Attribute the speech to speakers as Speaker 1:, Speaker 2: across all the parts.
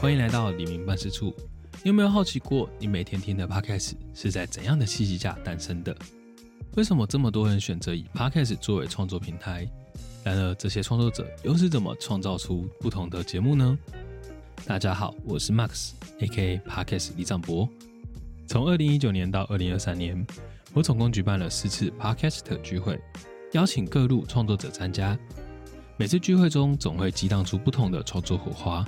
Speaker 1: 欢迎来到黎明办事处。你有没有好奇过，你每天听的 Podcast 是在怎样的契机下诞生的？为什么这么多人选择以 Podcast 作为创作平台？然而，这些创作者又是怎么创造出不同的节目呢？大家好，我是 Max，A.K.A. Podcast 李长博。从二零一九年到二零二三年，我总共举办了四次 Podcast 聚会，邀请各路创作者参加。每次聚会中总会激荡出不同的创作火花。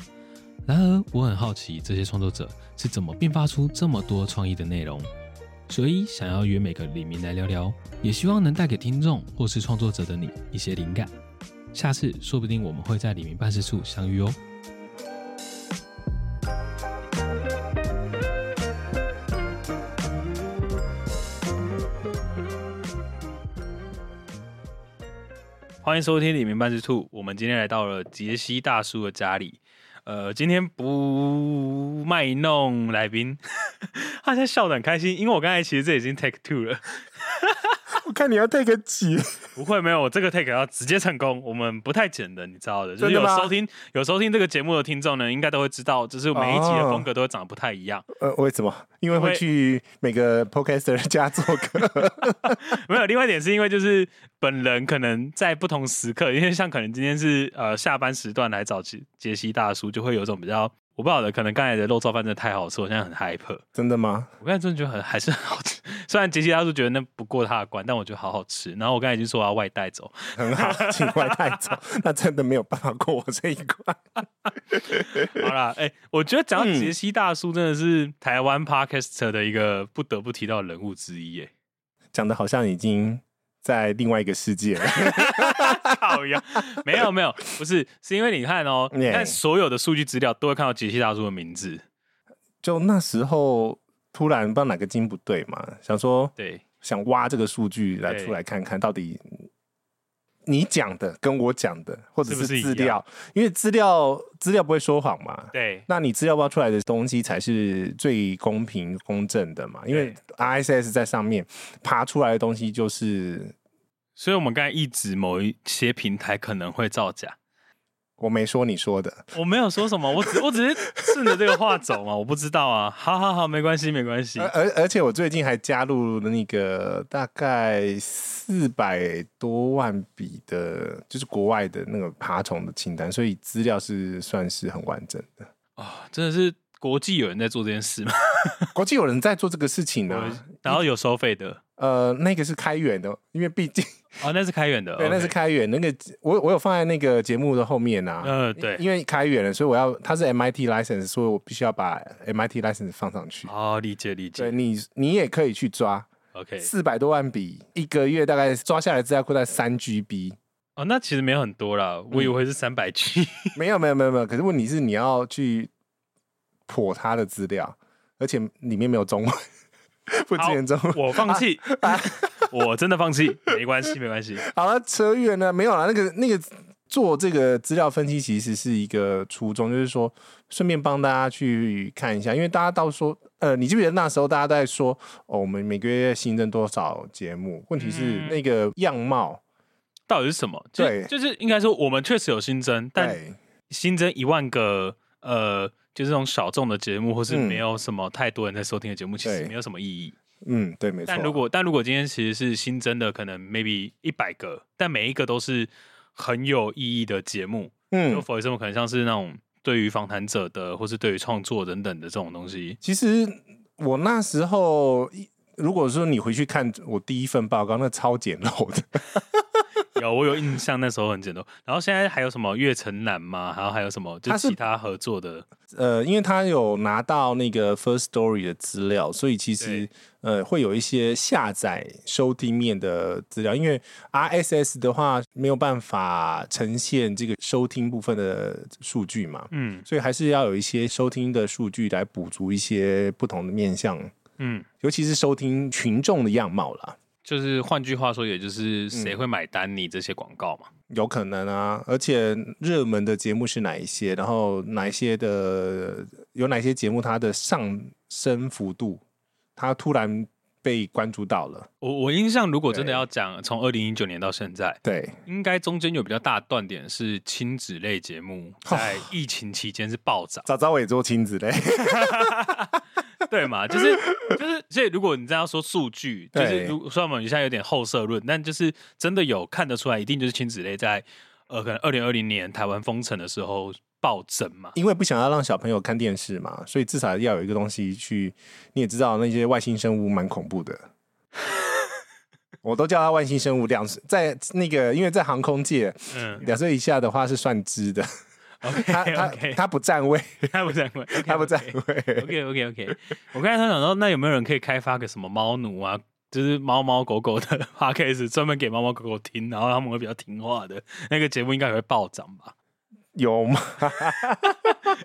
Speaker 1: 然而，我很好奇这些创作者是怎么并发出这么多创意的内容，所以想要约每个李明来聊聊，也希望能带给听众或是创作者的你一些灵感。下次说不定我们会在李明办事处相遇哦。欢迎收听李明办事处。我们今天来到了杰西大叔的家里。呃，今天不卖弄来宾， 他现在笑得很开心，因为我刚才其实这已经 take two 了。
Speaker 2: 我看你要 take 几，
Speaker 1: 不会，没有，我这个 take 要直接成功，我们不太剪的，你知道的。就是
Speaker 2: 真的
Speaker 1: 有
Speaker 2: 吗
Speaker 1: 收听有收听这个节目的听众呢，应该都会知道，就是每一集的风格都会长得不太一样。
Speaker 2: 呃，为什么？因为
Speaker 1: 因
Speaker 2: 会
Speaker 1: 为
Speaker 2: 去每个 podcaster 家做客，
Speaker 1: 没有，另外一点是因为就是本人可能在不同时刻，因为像可能今天是呃下班时段来找杰杰西大叔，就会有一种比较我不晓得，可能刚才的肉燥饭真的太好吃，我现在很 hyper。
Speaker 2: 真的吗？
Speaker 1: 我刚才真的觉得很还是很好吃，虽然杰西大叔觉得那不过他的关，但我觉得好好吃。然后我刚才已经说我要外带走，
Speaker 2: 很好，请外带走， 那真的没有办法过我这一关。
Speaker 1: 好啦，哎、我觉得讲到杰西大叔，真的是台湾 podcaster 的一个不得不提到的人物之一、耶。
Speaker 2: 讲的好像已经在另外一个世界了，
Speaker 1: 靠呀，没有没有，不是，是因为你看哦、你看
Speaker 2: Yeah
Speaker 1: 所有的数据资料都会看到杰西大叔的名字，
Speaker 2: 就那时候突然不知道哪个筋不对嘛，想说
Speaker 1: 对，
Speaker 2: 想挖这个数据来
Speaker 1: 对
Speaker 2: 出来看看到底你讲的跟我讲的，或者
Speaker 1: 是不是一
Speaker 2: 资料，因为资料资料不会说谎嘛，
Speaker 1: 对，
Speaker 2: 那你资料包出来的东西才是最公平公正的嘛？因为 RSS 在上面爬出来的东西就是
Speaker 1: 所以我们刚才一直某一些平台可能会造假，
Speaker 2: 我没说你说的，
Speaker 1: 我没有说什么，我 只我只是顺着这个话走嘛，我不知道啊，好好好，没关系没关系
Speaker 2: 而，而而且我最近还加入了那个大概四百多万笔的，就是国外的那个爬虫的清单，所以资料是算是很完整 的。
Speaker 1: 哦真的是国际有人在做这件 事嘛，
Speaker 2: 国际有人在做这个事情呢、
Speaker 1: 然后有收费的，
Speaker 2: 呃，那个是开源的，因为毕竟
Speaker 1: 哦，那是开源的，
Speaker 2: 对， 那是
Speaker 1: OK，
Speaker 2: 开源。那个我我有放在那个节目的后面啊。
Speaker 1: 呃对。
Speaker 2: 因为开源了，所以我要它是 MIT license，所以我必须要把 MIT license 放上去。
Speaker 1: 哦，理解理
Speaker 2: 对
Speaker 1: 解
Speaker 2: 你，你也可以去抓
Speaker 1: ，OK，
Speaker 2: 四百多万笔，一个月大概抓下来资料库在三 GB。
Speaker 1: 哦，那其实没有很多啦，我以为是三百 G，
Speaker 2: 没有没有没有没有，可是问题是你要去破它的资料，而且里面没有中文， 不支援中文。
Speaker 1: 我放 弃，我真的放弃，没关系没关系，
Speaker 2: 好了，扯远了，没有了。那个那个做这个资料分析其实是一个初衷，就是说顺便帮大家去看一下，因为大家到说，呃，你记不记得那时候大家都在说，哦，我们每个月新增多少节目？问题是
Speaker 1: 嗯
Speaker 2: 那个样貌，
Speaker 1: 到底是什么？就
Speaker 2: 对
Speaker 1: 就是应该说我们确实有新增，但
Speaker 2: 对
Speaker 1: 新增一万个呃，就是这种小众的节目，或是
Speaker 2: 嗯
Speaker 1: 没有什么太多人在收听的节目，其实
Speaker 2: 对
Speaker 1: 没有什么意义。
Speaker 2: 嗯，对，没错。
Speaker 1: 但如果但如果今天其实是新增的，可能 maybe 一百个，但每一个都是很有意义的节目，就
Speaker 2: 嗯，
Speaker 1: for example 可能像是那种对于访谈者的，或是对于创作等等的这种东西。
Speaker 2: 其实我那时候一。如果说你回去看我第一份报告，那超简陋的，
Speaker 1: 有，我有印象，那时候很简陋。然后现在还有什么岳城南吗？然后还有什么就
Speaker 2: 他是
Speaker 1: 其他合作的？
Speaker 2: 呃，因为他有拿到那个 First Story 的资料，所以其实
Speaker 1: 对
Speaker 2: 呃会有一些下载收听面的资料，因为 RSS 的话没有办法呈现这个收听部分的数据嘛，
Speaker 1: 嗯
Speaker 2: 所以还是要有一些收听的数据来补足一些不同的面向，
Speaker 1: 嗯，
Speaker 2: 尤其是收听群众的样貌啦。
Speaker 1: 就是换句话说，也
Speaker 2: 嗯
Speaker 1: 就是谁会买单你这些广告嘛？
Speaker 2: 有可能啊，而且热门的节目是哪一些？然后哪一些的有哪些节目它的上升幅度，它突然被关注到了。
Speaker 1: 我我印象，如果真的
Speaker 2: 对
Speaker 1: 要讲，从二零一九年到现在，
Speaker 2: 对，，
Speaker 1: 应该中间有比较大的断点是亲子类节目在疫情期间是暴涨
Speaker 2: 早早我也做亲子嘞，
Speaker 1: 对 嘛？就是就是，所以如果你这样说数据，就是
Speaker 2: 对
Speaker 1: 如虽然我们现在有点后设论，但就是真的有看得出来，一定就是亲子类在呃，可能二零二零年台湾封城的时候暴增嘛。
Speaker 2: 因为不想要让小朋友看电视嘛，所以至少要有一个东西去。你也知道那些外星生物蛮恐怖的， 我都叫它外星生物。两在那个，因为在航空界，
Speaker 1: 嗯
Speaker 2: 两岁以下的话是算只 的，它
Speaker 1: ，OK
Speaker 2: 它
Speaker 1: OK，
Speaker 2: 它不占位，
Speaker 1: 他不在乎，OK，
Speaker 2: 它不占
Speaker 1: OK
Speaker 2: 位。
Speaker 1: OK OK OK，我刚才想到，那有没有人可以开发个什么猫奴啊，就是猫猫狗狗的 podcast，专门给猫猫狗狗听，然后他们会比较听话的那个节目，应该也会暴涨吧？
Speaker 2: 有吗？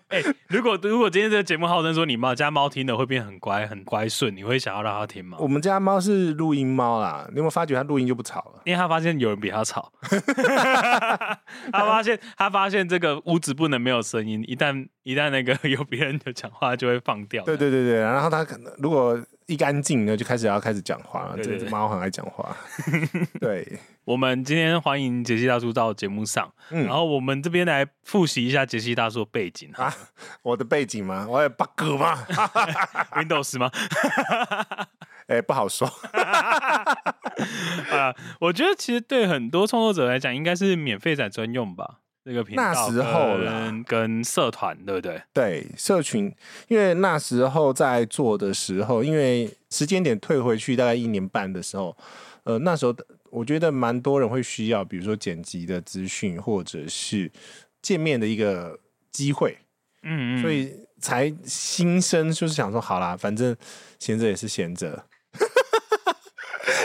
Speaker 1: 哎、如果如果今天这个节目号称说你猫家猫听的会变很乖很乖顺，你会想要让它听吗？
Speaker 2: 我们家猫是录音猫啦，你有没有发觉它录音就不吵了？
Speaker 1: 因为他发现有人比他吵， 他发现他发现这个屋子不能没有声音，一旦一旦那个有别人的讲话就会放掉。
Speaker 2: 对对对对，然后它可能如果一干净呢，就开始要开始讲话了。
Speaker 1: 对
Speaker 2: 这
Speaker 1: 对
Speaker 2: 只
Speaker 1: 对
Speaker 2: 猫很爱讲 话，对，
Speaker 1: 我们今天欢迎杰西大叔到节目上，
Speaker 2: 嗯
Speaker 1: 然后我们这边来复习一下杰西大叔的背景 哈、
Speaker 2: 啊我的背景嘛，我有 bug 嘛，
Speaker 1: w i n d o w s 吗？
Speaker 2: 哎、不好说。
Speaker 1: 啊、我觉得其实对很多创作者来讲，应该是免费仔专用吧。这个频道
Speaker 2: 那时候啦
Speaker 1: 跟跟社团对不对？
Speaker 2: 对，社群，因为那时候在做的时候，因为时间点退回去大概一年半的时候，呃，那时候的我觉得蛮多人会需要，比如说剪辑的资讯，或者是见面的一个机会，
Speaker 1: 嗯嗯，
Speaker 2: 所以才心生就是想说，好啦，反正闲着也是闲着，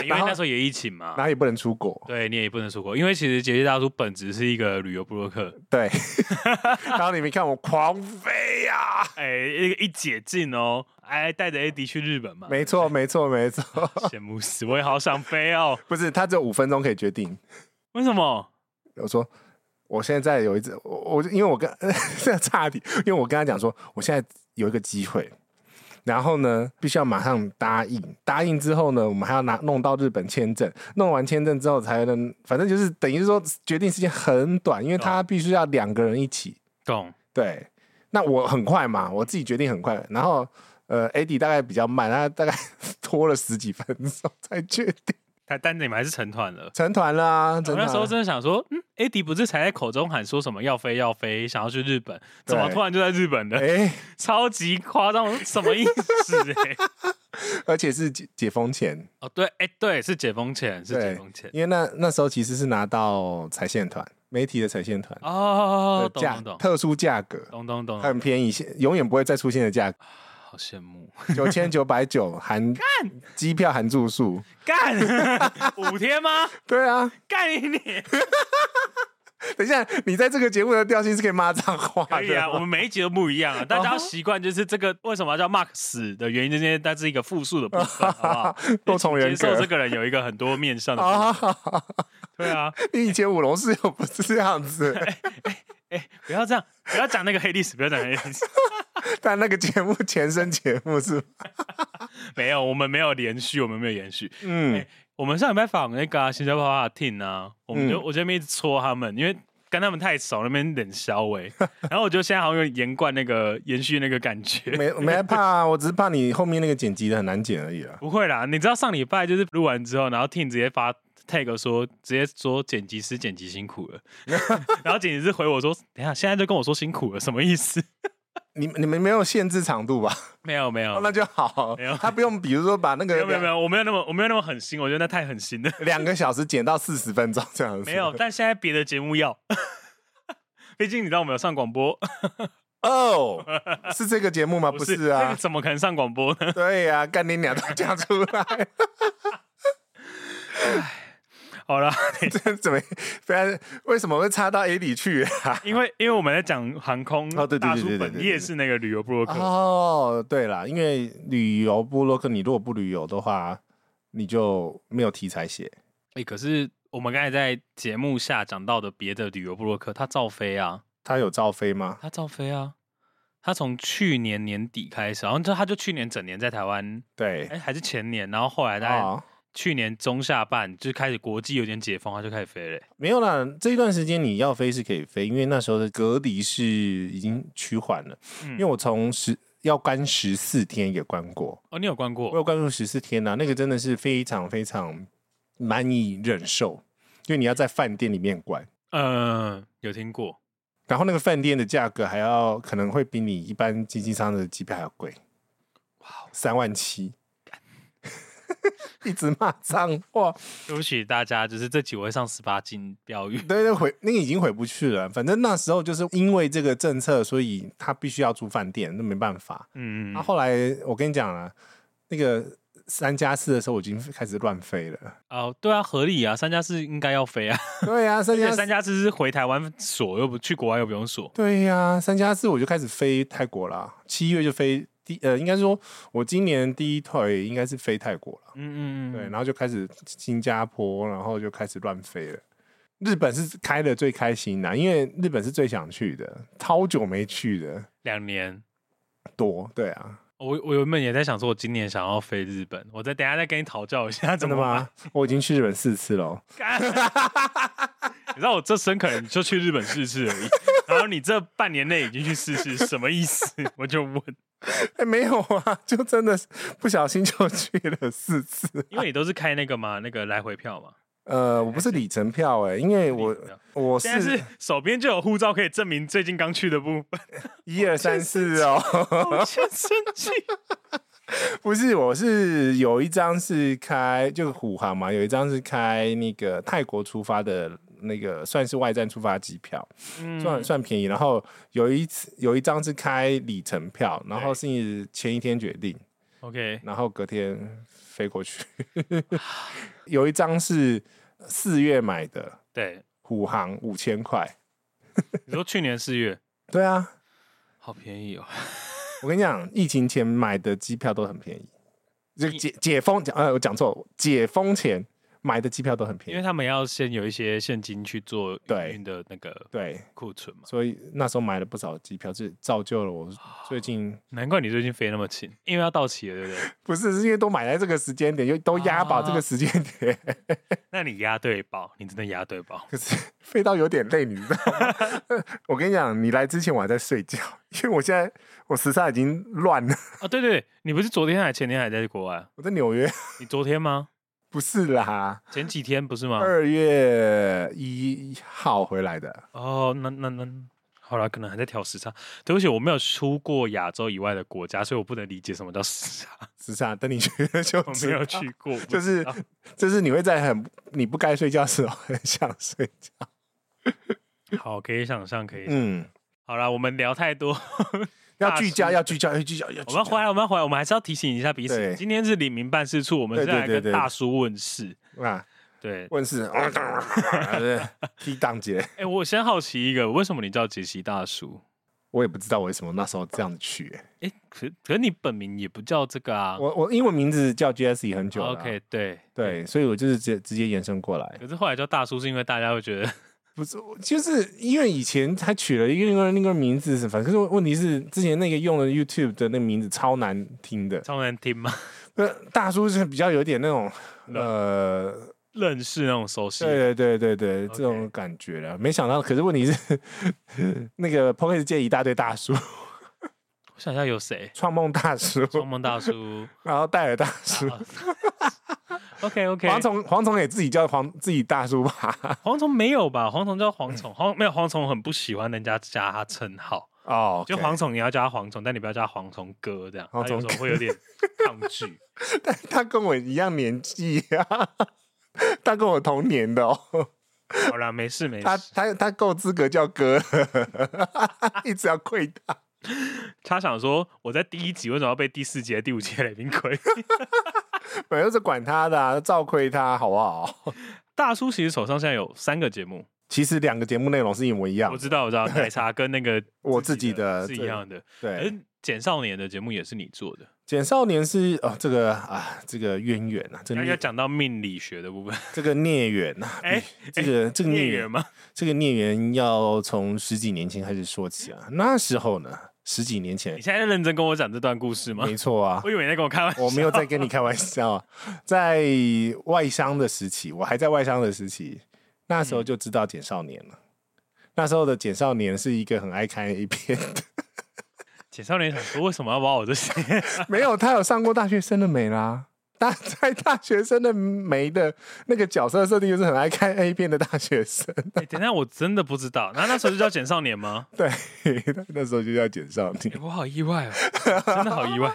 Speaker 1: 因为那时候也疫情嘛
Speaker 2: 然，后也不能出国，
Speaker 1: 对你也不能出国，因为其实杰西大叔本质是一个旅游部落 客，
Speaker 2: 对。然后你们看我狂飞啊呀、
Speaker 1: 哎，一个一解禁哦，哎，带着 AD 去日本嘛，
Speaker 2: 没错，没错，没错，
Speaker 1: 羡慕死，我也好想飞哦，
Speaker 2: 不是，他只有五分钟可以决定。
Speaker 1: 为什 么？
Speaker 2: 我说我现在有一只，我我因为我跟 这个差点，因为我跟他讲说，我现在有一个机会，然后呢，必须要马上答应，答应之后呢，我们还要拿弄到日本签证，弄完签证之后才能，反正就是等于是说决定时间很短，因为
Speaker 1: 哦
Speaker 2: 他必须要两个人一起，
Speaker 1: 懂，
Speaker 2: 对，那我很快嘛，我自己决定很快，然后。呃，AD 大概比较慢，他大概 拖了十几分钟才决定
Speaker 1: 但但你们还是成团了。
Speaker 2: 成团啦。成
Speaker 1: 我哦那
Speaker 2: 团
Speaker 1: 时候
Speaker 2: 了
Speaker 1: 真的想说，嗯，AD 不是才在口中喊说什么要飞要飞，想要去日本，怎
Speaker 2: 对
Speaker 1: 么突然就在日本了？
Speaker 2: 哎、
Speaker 1: 超级夸张，我说什么意思、欸？
Speaker 2: 而且是解解封前，
Speaker 1: 哦，对，哎、对，是解封前，是解
Speaker 2: 对
Speaker 1: 封前。
Speaker 2: 因为那那时候其实是拿到踩线团媒体的踩线团
Speaker 1: 哦，
Speaker 2: 的
Speaker 1: 懂
Speaker 2: 价
Speaker 1: 懂懂
Speaker 2: 特殊价格，
Speaker 1: 懂懂懂，
Speaker 2: 很便宜，永远不会再出现的价格，
Speaker 1: 好羡慕。
Speaker 2: 九千九百九 含机票含住宿。
Speaker 1: 干五天吗？
Speaker 2: 对啊，
Speaker 1: 干你你！
Speaker 2: 等一下，你在这个节目的调性是可以骂脏话
Speaker 1: 可以
Speaker 2: 的
Speaker 1: 啊，我
Speaker 2: 哦。
Speaker 1: 们每一集都不一样啊，大家要习惯就是这个为什么要叫 Mark 死的原因，这些它是一个复数的部分，好不好？
Speaker 2: 多重人格
Speaker 1: 接受这个人有一个很多面向的部分，
Speaker 2: 啊哈哈哈
Speaker 1: 对啊，
Speaker 2: 你以前舞龙室又不是这样子，
Speaker 1: 不要这样，不要讲那个黑历史，不要讲黑历史。
Speaker 2: 但那个节目前身节目是，
Speaker 1: 没有，我们没有连续，我们没有延续。
Speaker 2: 嗯，
Speaker 1: 我们上礼拜访那个、啊、新加坡话 team 啊，我们就、
Speaker 2: 嗯
Speaker 1: 我这边一直戳他们，因为跟他们太熟，那边冷消 微，然后我就现在好像有点延贯那个延续那个感觉。
Speaker 2: 没没怕啊，我只是怕你后面那个剪辑的很难剪而已啊。
Speaker 1: 不会啦，你知道上礼拜就是录完之后，然后 team 直接发 tag 说，直接说剪辑师剪辑辛苦 了，然后剪辑师回我说，等一下现在就跟我说辛苦了，什么意 思？
Speaker 2: 你你们没有限制长度吧？
Speaker 1: 没有没有
Speaker 2: 哦，那就好
Speaker 1: 没有，
Speaker 2: 他不用，比如说把那
Speaker 1: 没
Speaker 2: 个
Speaker 1: 有没有没有，我没有那么我没有那么狠心，我觉得那太狠心了。
Speaker 2: 两个小时减到四十分钟这样子。
Speaker 1: 没有，但现在别的节目要， 毕竟你知道我们有上广 播，
Speaker 2: 哦，是这个节 目吗？不是
Speaker 1: 那个
Speaker 2: 啊，
Speaker 1: 怎么可能上广播呢？
Speaker 2: 对呀、啊，干你俩都讲出来，
Speaker 1: 好 啦，
Speaker 2: 这怎么？不然为什么会插到 A 里去啊？
Speaker 1: 因为因为我们在讲航空，
Speaker 2: 哦对对对
Speaker 1: 大叔
Speaker 2: 对对
Speaker 1: 本
Speaker 2: 对
Speaker 1: 业
Speaker 2: 对
Speaker 1: 是那个旅游布洛克，
Speaker 2: 哦，对啦，因为旅游部落客，你如果不旅游的话，你就没有题材写。
Speaker 1: 哎、可是我们刚才在节目下讲到的别的旅游布洛克，他照飞啊，
Speaker 2: 他有照飞吗？
Speaker 1: 他照飞啊，他从去年年底开始，然后就他就去年整年在台湾，
Speaker 2: 对
Speaker 1: 哎，还是前年，然后后来大概
Speaker 2: 啊，
Speaker 1: 去年中下半就开始国际有点解封，他就开始飞了、
Speaker 2: 没有啦，这一段时间你要飞是可以飞，因为那时候的隔离是已经趋缓了，
Speaker 1: 嗯
Speaker 2: 因为我从十要关十四天也关过，
Speaker 1: 哦，你有关
Speaker 2: 我
Speaker 1: 过？
Speaker 2: 有关过十四天呐、那个真的是非常非常难以忍受，因为你要在饭店里面关。
Speaker 1: 嗯、有听过。
Speaker 2: 然后那个饭店的价格还要可能会比你一般经济舱的机票还要贵，哇，三万七， 一直骂脏话，
Speaker 1: 对不起大家，就是这几位上十八禁标语。
Speaker 2: 对对，回那个已经回不去了。反正那时候就是因为这个政策，所以他必须要住饭店，那没办法。
Speaker 1: 嗯，
Speaker 2: 那、后来我跟你讲了，那个三加四的时候，我已经开始乱飞了。
Speaker 1: 哦，对啊，合理啊，三加四应该要飞啊，
Speaker 2: 对呀、三
Speaker 1: 而且
Speaker 2: 加
Speaker 1: 三
Speaker 2: 四，
Speaker 1: 加四是回台湾锁，又不去国外又不用锁。
Speaker 2: 对呀、三加四我就开始飞泰国啦。七月就飞第呃，应该说我今年第一腿应该是飞泰国了。
Speaker 1: 嗯嗯嗯，
Speaker 2: 对，然后就开始新加坡，然后就开始乱飞了。日本是开的最开心的，因为日本是最想去的，超久没去的
Speaker 1: 两年。
Speaker 2: 多，对啊。
Speaker 1: 我我原本也在想说，我今年想要飞日本，我再等一下再跟你讨教一下怎
Speaker 2: 真的
Speaker 1: 么
Speaker 2: 吗？ 我已经去日本四次了。
Speaker 1: 办？ 你知道我这生可能就去日本试试而已，然后你这半年内已经去试试，什么意思？ 我就问，
Speaker 2: 哎、没有啊， 就真的是不小心就去了四次。
Speaker 1: 因为你都是开那个嘛，那个来回票嘛，
Speaker 2: 呃，我不是里程票哎、因为我
Speaker 1: 里程票
Speaker 2: 我
Speaker 1: 现在
Speaker 2: 是
Speaker 1: 是手边就有护照可以证明最近刚去的部分，
Speaker 2: 一二三四哦，
Speaker 1: 我先生气。
Speaker 2: 不是，我是有一张是开就虎航嘛，有一张是开那个泰国出发的那个算是外站出发机票，
Speaker 1: 嗯
Speaker 2: 算算便宜。然后有一次有一张是开里程票，然后是前一天决定。
Speaker 1: OK，
Speaker 2: 然后隔天飞过去。 有一张是四月买的，
Speaker 1: 对，
Speaker 2: 虎航五千块。
Speaker 1: 你说去年四月，
Speaker 2: 对啊，
Speaker 1: 好便宜哦。
Speaker 2: 我跟你讲，疫情前买的机票都很便宜，这个解解封讲呃，我讲错，解封前买的机票都很
Speaker 1: 因
Speaker 2: 便
Speaker 1: 为
Speaker 2: 宜。
Speaker 1: 他们要先有一些现金去做营
Speaker 2: 对
Speaker 1: 运的那个
Speaker 2: 对，
Speaker 1: 库存嘛。
Speaker 2: 所以那时候买了不少机票，这造就了我
Speaker 1: 啊
Speaker 2: 最近
Speaker 1: 难怪你最近飞那么勤，因为要到期了，对不对？
Speaker 2: 不是是因为都买在这个时间
Speaker 1: 啊
Speaker 2: 点，又都押宝这个时间点，
Speaker 1: 那你押对宝，你真的押对宝。
Speaker 2: 可是 飞到有点累，你知道吗？ 我跟你讲，你来之前我还在睡觉， 因为我现在我时差已经乱了。
Speaker 1: 啊，对对，你不是昨天还前天还在国外？
Speaker 2: 我在纽约，
Speaker 1: 你昨天吗？
Speaker 2: 不是啦，
Speaker 1: 前几天不是吗？
Speaker 2: 二月一号回来的。
Speaker 1: 哦，那那那，好了，可能还在调时差。对不起，我没有出过亚洲以外的国家，所以我不能理解什么叫时差，
Speaker 2: 时差，等你去就
Speaker 1: 我
Speaker 2: 知
Speaker 1: 没有
Speaker 2: 道
Speaker 1: 去，过。不
Speaker 2: 就
Speaker 1: 知
Speaker 2: 是
Speaker 1: 道
Speaker 2: 就是你会在很你不该睡觉的时候很想睡觉。
Speaker 1: 好，可以想象，可以。
Speaker 2: 嗯，
Speaker 1: 好了，我们聊太多，
Speaker 2: 要聚焦，
Speaker 1: 大叔
Speaker 2: 要聚焦，要聚焦，要
Speaker 1: 我
Speaker 2: 聚
Speaker 1: 们要回
Speaker 2: 焦。
Speaker 1: 来，我们要回来，我们还是要提醒一下彼此。
Speaker 2: 对
Speaker 1: 今天是李明办事处，我们是
Speaker 2: 对对
Speaker 1: 来
Speaker 2: 对
Speaker 1: 跟
Speaker 2: 对
Speaker 1: 大叔问事。
Speaker 2: 啊，
Speaker 1: 对，
Speaker 2: 问世，踢档节，
Speaker 1: 哎，我先好奇一个，为什么你叫杰西大叔？
Speaker 2: 我也不知道为什么那时候这样去、欸
Speaker 1: 哎，可可你本名也不叫这个啊？
Speaker 2: 我我英文名字叫 Jesse 很久了啊
Speaker 1: OK，对
Speaker 2: 对，所以我就是直接直接延伸过来，
Speaker 1: 可是后来叫大叔是因为大家会觉得，，
Speaker 2: 不是，我就是因为以前他取了一个另外那个名字，反正问题是之前那个用了 YouTube 的那个名字超难听的
Speaker 1: 超难听吗？
Speaker 2: 那大叔是比较有点那种呃，
Speaker 1: 认识那种熟悉的。
Speaker 2: 对对对对对，
Speaker 1: OK
Speaker 2: 这种感觉了。没想到，可是问题是那个 p o c k e t 界一大堆大叔，
Speaker 1: 我想一下有谁？
Speaker 2: 创梦大叔，
Speaker 1: 双梦大 叔。
Speaker 2: 然后戴尔大叔。
Speaker 1: OK 啊 OK，
Speaker 2: 蝗虫，蝗虫也自己叫黄自己大叔吧？
Speaker 1: 蝗虫没有吧？蝗虫叫蝗虫，蝗没有蝗虫很不喜欢人家加他称号，
Speaker 2: 哦，
Speaker 1: 就蝗虫你要加他蝗虫，但你不要加蝗虫哥这样，他
Speaker 2: 蝗
Speaker 1: 有
Speaker 2: 虫
Speaker 1: 时
Speaker 2: 哥
Speaker 1: 候会有点抗拒。
Speaker 2: 他跟我一样年纪啊， 他跟我同年的哦，
Speaker 1: 好啦，没事没
Speaker 2: 他
Speaker 1: 事，
Speaker 2: 他他够资格叫哥 了，一直要跪他。
Speaker 1: 他想说我在第一集为什么要被第四集、第五集的来宾亏？
Speaker 2: 本来就是管他的、啊，照亏他好不好？
Speaker 1: 大叔其实手上现在有三个节目，
Speaker 2: 其实两个节目内容是一模一样
Speaker 1: 我，知道我知道，奶茶跟那个
Speaker 2: 我自
Speaker 1: 是
Speaker 2: 己的
Speaker 1: 一样的，可
Speaker 2: 对。
Speaker 1: 是简少年的节目也是你做的，
Speaker 2: 简少年是哦，这个啊，这个渊源啊，这个
Speaker 1: 要要
Speaker 2: 孽
Speaker 1: 讲到命理学的 部分，
Speaker 2: 这个孽缘啊，
Speaker 1: 哎
Speaker 2: 这个这个孽
Speaker 1: 孽
Speaker 2: 缘
Speaker 1: 缘吗？
Speaker 2: 这个孽缘要从十几年前开始说起啊。那时候呢，十几年前
Speaker 1: 你，现在在认真跟我讲这段故事吗？
Speaker 2: 没错啊
Speaker 1: 我，以为你在跟我开玩笑。
Speaker 2: 我没有在跟你开玩笑啊，在外商的时期，我还在外商的时期，那时候就知道简少年了。那时候的简少年是一个很爱看 A 片的，
Speaker 1: 简少年想说，为什么要把我这些？
Speaker 2: 没有他有上过大学生的美啦。大在大学生的美的那个角色设定就是很爱看 A 片的大学生，
Speaker 1: 哎等一下我真的不知道。那那时候就叫简少年吗？
Speaker 2: 对，那时候就叫简少年
Speaker 1: 哎。我好意外哦，真的好意外。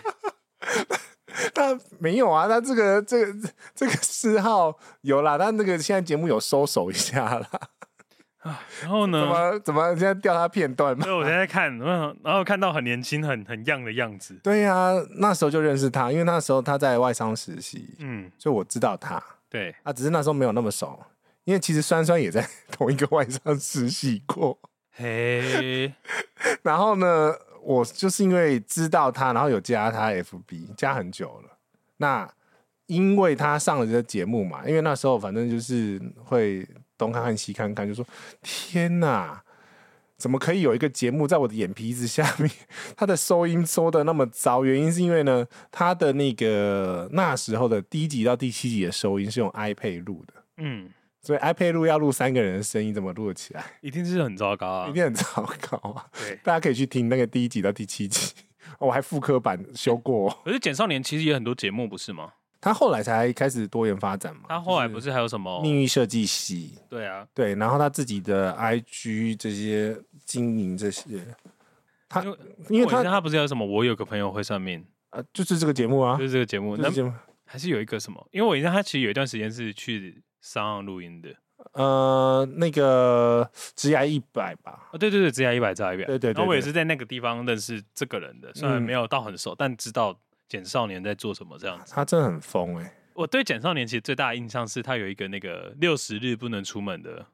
Speaker 2: 他没有啊，他这个这个这个嗜好有啦，但那个现在节目有收手一下啦。
Speaker 1: 啊然后
Speaker 2: 怎
Speaker 1: 呢？
Speaker 2: 么怎么现在调他片段 吗
Speaker 1: 所？以我现在看，嗯然后看到很年轻、很很样的样子。
Speaker 2: 对呀、那时候就认识他，因为那时候他在外商实习，
Speaker 1: 嗯，
Speaker 2: 所以我知道他
Speaker 1: 对，
Speaker 2: 啊，只是那时候没有那么熟。因为其实酸酸也在 同一个外商实习过，
Speaker 1: 嘿，
Speaker 2: 然后呢，我就是因为知道他，然后有加他 FB，加很久了。那因为他上了这个节目嘛，因为那时候反正就是会东看看西看看，就说天哪，怎么可以有一个节目在我的眼皮子下面，他的收音收的那么糟？原因是因为呢，他的那个那时候的第一集到第七集的收音是用 iPad 录的。
Speaker 1: 嗯，
Speaker 2: 所以 iPad 录要录三个人的声音，怎么录得起来？
Speaker 1: 一定是很糟糕啊
Speaker 2: 一。定很糟糕啊！
Speaker 1: 对，
Speaker 2: 大家可以去听那个第一集到第七集， 哦我还复刻版修过哦。
Speaker 1: 可是简少年其实也很多节目不是吗？
Speaker 2: 他后来才开始多元发展嘛，
Speaker 1: 他后来不是还有什么？
Speaker 2: 命运设计系，
Speaker 1: 对啊，
Speaker 2: 对，然后他自己的 IG 这些经营这些，他
Speaker 1: 因为
Speaker 2: 因为
Speaker 1: 我记得
Speaker 2: 他
Speaker 1: 他不是还有什么？我有个朋友会算命，
Speaker 2: 呃就是这个节目啊
Speaker 1: 就，是这个节目。
Speaker 2: 就
Speaker 1: 那
Speaker 2: 是节目，
Speaker 1: 还是有一个什么？因为我印象他其实有一段时间是去商岸录音的。
Speaker 2: 呃，那个职涯一百吧，
Speaker 1: 哦，对对对，只涯一百，只涯一百。
Speaker 2: 对对对
Speaker 1: 然后我也
Speaker 2: 对
Speaker 1: 是在那个地方认识这个人的，虽然
Speaker 2: 嗯
Speaker 1: 没有到很熟，但知道简少年在做什么这样子。
Speaker 2: 他真的很疯哎、
Speaker 1: 我对简少年其实最大的印象是他有一个那个六十日不能出门的，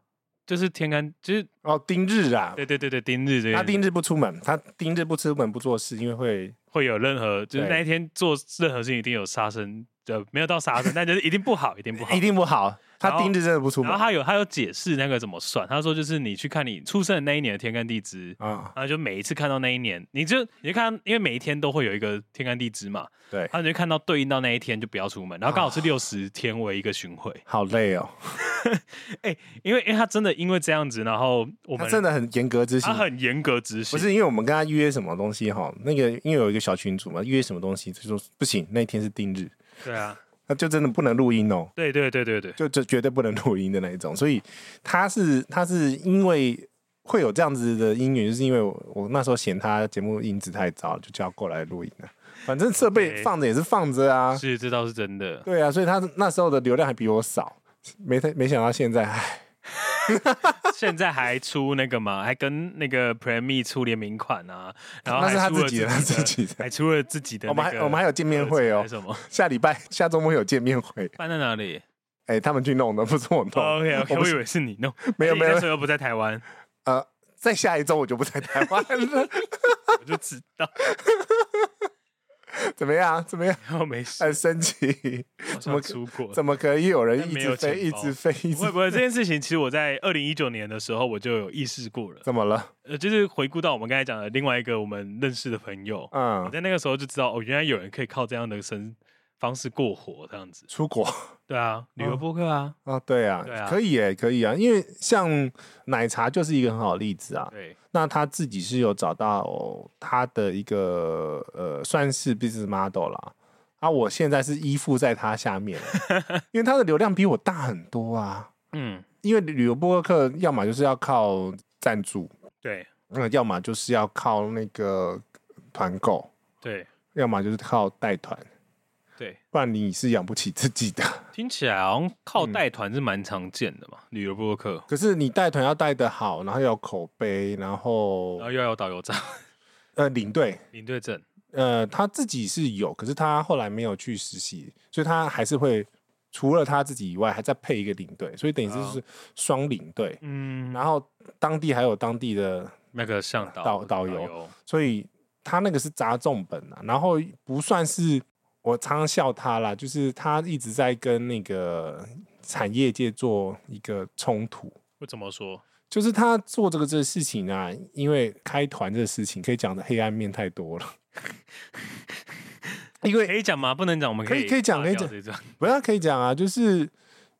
Speaker 1: 就是天干，就是
Speaker 2: 哦，丁日啊。
Speaker 1: 对对对对，丁日这
Speaker 2: 他
Speaker 1: 个
Speaker 2: 丁日不出门，他丁日不出门不做事，因为会
Speaker 1: 会有任何，就是
Speaker 2: 对
Speaker 1: 那一天做任何事情一定有杀生，呃，没有到杀生，但就是一定不好，一定不好
Speaker 2: 一。定不好。
Speaker 1: 然
Speaker 2: 他
Speaker 1: 后
Speaker 2: 丁日真的不出
Speaker 1: 然
Speaker 2: 门
Speaker 1: 后
Speaker 2: 啊
Speaker 1: 他有他有解释那个怎么算，他说就是你去看你出生的那一年的天干地支，
Speaker 2: 啊
Speaker 1: 然后就每一次看到那一年，你就你就看到，因为每一天都会有一个天干地支嘛，
Speaker 2: 对啊
Speaker 1: 然，后你就看到对应到那一天就不要出门，然后刚好是六十天为一个巡回，
Speaker 2: 好累哦。
Speaker 1: 因为因为他真的因为这样子，然后我
Speaker 2: 他
Speaker 1: 们啊
Speaker 2: 真的很严格执行
Speaker 1: 他，很严格执行，
Speaker 2: 不是因为我们跟他约什么东西哈，那个因为有一个小群组嘛，约什么东西，就说不行，那一天是定日，
Speaker 1: 对啊，
Speaker 2: 那就真的不能录音哦，
Speaker 1: 对对对对对，
Speaker 2: 就就绝对不能录音的那一种。所以他是他是因为会有这样子的音源，就是因为我我那时候嫌他节目音质太糟，就叫他过来录音了。反正设备
Speaker 1: OK
Speaker 2: 放着也是放着啊，
Speaker 1: 是这倒是真的。
Speaker 2: 对啊，所以他那时候的流量还比我少，没太没想到现在，哎唉
Speaker 1: 现在还出那个嘛，还跟那个 Premi 出联名款啊，然后
Speaker 2: 那
Speaker 1: 还
Speaker 2: 是他
Speaker 1: 出了
Speaker 2: 自己的
Speaker 1: 自
Speaker 2: 他自己的
Speaker 1: 还出了自己的
Speaker 2: 我
Speaker 1: 那个儿
Speaker 2: 们还
Speaker 1: 子，
Speaker 2: 我们还有见面会
Speaker 1: 还，
Speaker 2: 哦
Speaker 1: 是什么
Speaker 2: 下礼拜下周末有见面会，
Speaker 1: 办在哪 里
Speaker 2: 哎、他们去弄的，不是我弄的。
Speaker 1: ？OK OK，
Speaker 2: 哦我不
Speaker 1: 我以
Speaker 2: 是
Speaker 1: 为是你弄，
Speaker 2: 没有
Speaker 1: 你
Speaker 2: 没有
Speaker 1: 那时候又不在台湾，
Speaker 2: 呃，在下一周我就不在台湾了，
Speaker 1: 我就知道，
Speaker 2: 怎么样？怎么样？
Speaker 1: 然后没事，
Speaker 2: 很生气，
Speaker 1: 我
Speaker 2: 哎怎么
Speaker 1: 想出国？
Speaker 2: 怎么可以有人一
Speaker 1: 没有
Speaker 2: 直飞，
Speaker 1: 钱
Speaker 2: 一
Speaker 1: 包
Speaker 2: 直飞，一
Speaker 1: 不会
Speaker 2: 直
Speaker 1: 不会，这件事情其实我在二零一九年的时候我就有意识过了，
Speaker 2: 怎么了？
Speaker 1: 呃，就是回顾到我们刚才讲的另外一个我们认识的朋友，我
Speaker 2: 嗯，
Speaker 1: 在那个时候就知道哦，原来有人可以靠这样的生方式过活，这样子，
Speaker 2: 出国
Speaker 1: 对啊，旅游
Speaker 2: 嗯
Speaker 1: 播客啊，
Speaker 2: 啊？对啊，
Speaker 1: 对啊
Speaker 2: 可以耶，可以啊，因为像奶茶就是一个很好的例子啊。
Speaker 1: 对，
Speaker 2: 那他自己是有找到、他的一个呃，算是 business model 啦。啊，我现在是依附在他下面了， 因为他的流量比我大很多啊。
Speaker 1: 嗯，
Speaker 2: 因为旅游播客要么就是要靠赞助，
Speaker 1: 对
Speaker 2: 那要么就是要靠那个团购，
Speaker 1: 对。
Speaker 2: 要么就是靠带团，
Speaker 1: 对，
Speaker 2: 不然你是养不起自己的。
Speaker 1: 听起来好像靠带团是蛮常见的嘛，旅游播客，
Speaker 2: 可是你带团要带的好，然后要有口碑，然后
Speaker 1: 然后又要有导游证、
Speaker 2: 呃领队，
Speaker 1: 领队证，
Speaker 2: 呃他自己是有，可是他后来没有去实习，所以他还是会除了他自己以外，还再配一个领队，所以等于就是双领队。
Speaker 1: 嗯，
Speaker 2: 然后当地还有当地的，
Speaker 1: 那个向导、导
Speaker 2: 导导游，所以他那个是砸重本啊，然后不算是我常常笑他啦，就是他一直在跟那个产业界做一个冲突。
Speaker 1: 我怎么说？
Speaker 2: 就是他做这个这个事情啊，因为开团这个事情可以讲的黑暗面太多了。 因为
Speaker 1: 可以讲吗？不能讲，我们
Speaker 2: 可以
Speaker 1: 以
Speaker 2: 可以讲
Speaker 1: 划
Speaker 2: 可以
Speaker 1: 掉
Speaker 2: 讲
Speaker 1: 这段
Speaker 2: 不要可以讲啊，就是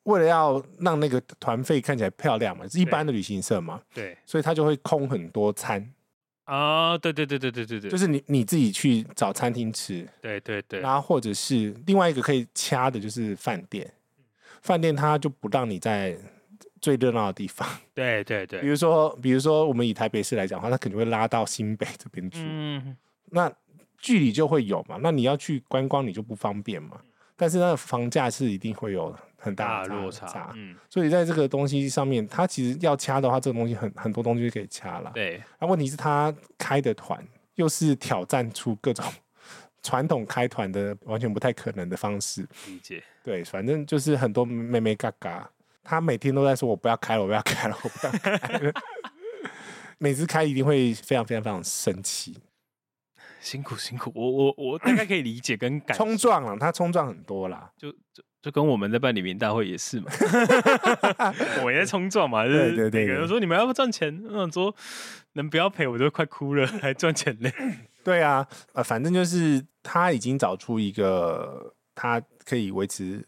Speaker 2: 为了要让那个团费看起来漂亮嘛，是一
Speaker 1: 对
Speaker 2: 般的旅行社嘛，
Speaker 1: 对
Speaker 2: 所以他就会空很多餐，
Speaker 1: 啊，对对对对对对对，
Speaker 2: 就是你你自己去找餐厅吃，
Speaker 1: 对对对，
Speaker 2: 然后或者是另外一个可以掐的就是饭店，饭店它就不让你在最热闹的地方，
Speaker 1: 对对
Speaker 2: 比
Speaker 1: 对，
Speaker 2: 如说比如说我们以台北市来讲的话，它肯定会拉到新北这边住，
Speaker 1: 嗯，
Speaker 2: 那距离就会有嘛，那你要去观光你就不方便嘛，但是那个房价是一定会有很
Speaker 1: 嗯大
Speaker 2: 大的
Speaker 1: 落差，嗯，
Speaker 2: 所以在这个东西上面，它其实要掐的话，这个东西很很多东西可以掐了。
Speaker 1: 对
Speaker 2: 那问题是，他开的团又是挑战出各种传统开团的完全不太可能的方式。
Speaker 1: 理解，
Speaker 2: 对，反正就是很多妹妹嘎嘎，他每天都在说我不要开了，我不要开了，我不要开了。 每次开一定会非常非常非常生气，
Speaker 1: 辛苦 辛苦，我我我大概可以理解跟感，
Speaker 2: 冲撞了，他冲撞很多啦。
Speaker 1: 就就就跟我们在办里面大会也是嘛， 我也在冲撞嘛，就是
Speaker 2: 对对对
Speaker 1: 每个人
Speaker 2: 对
Speaker 1: 说你们要不要赚钱，我想说能不要赔我都快哭了，还赚钱嘞，
Speaker 2: 对啊，呃，反正就是他已经找出一个他可以维持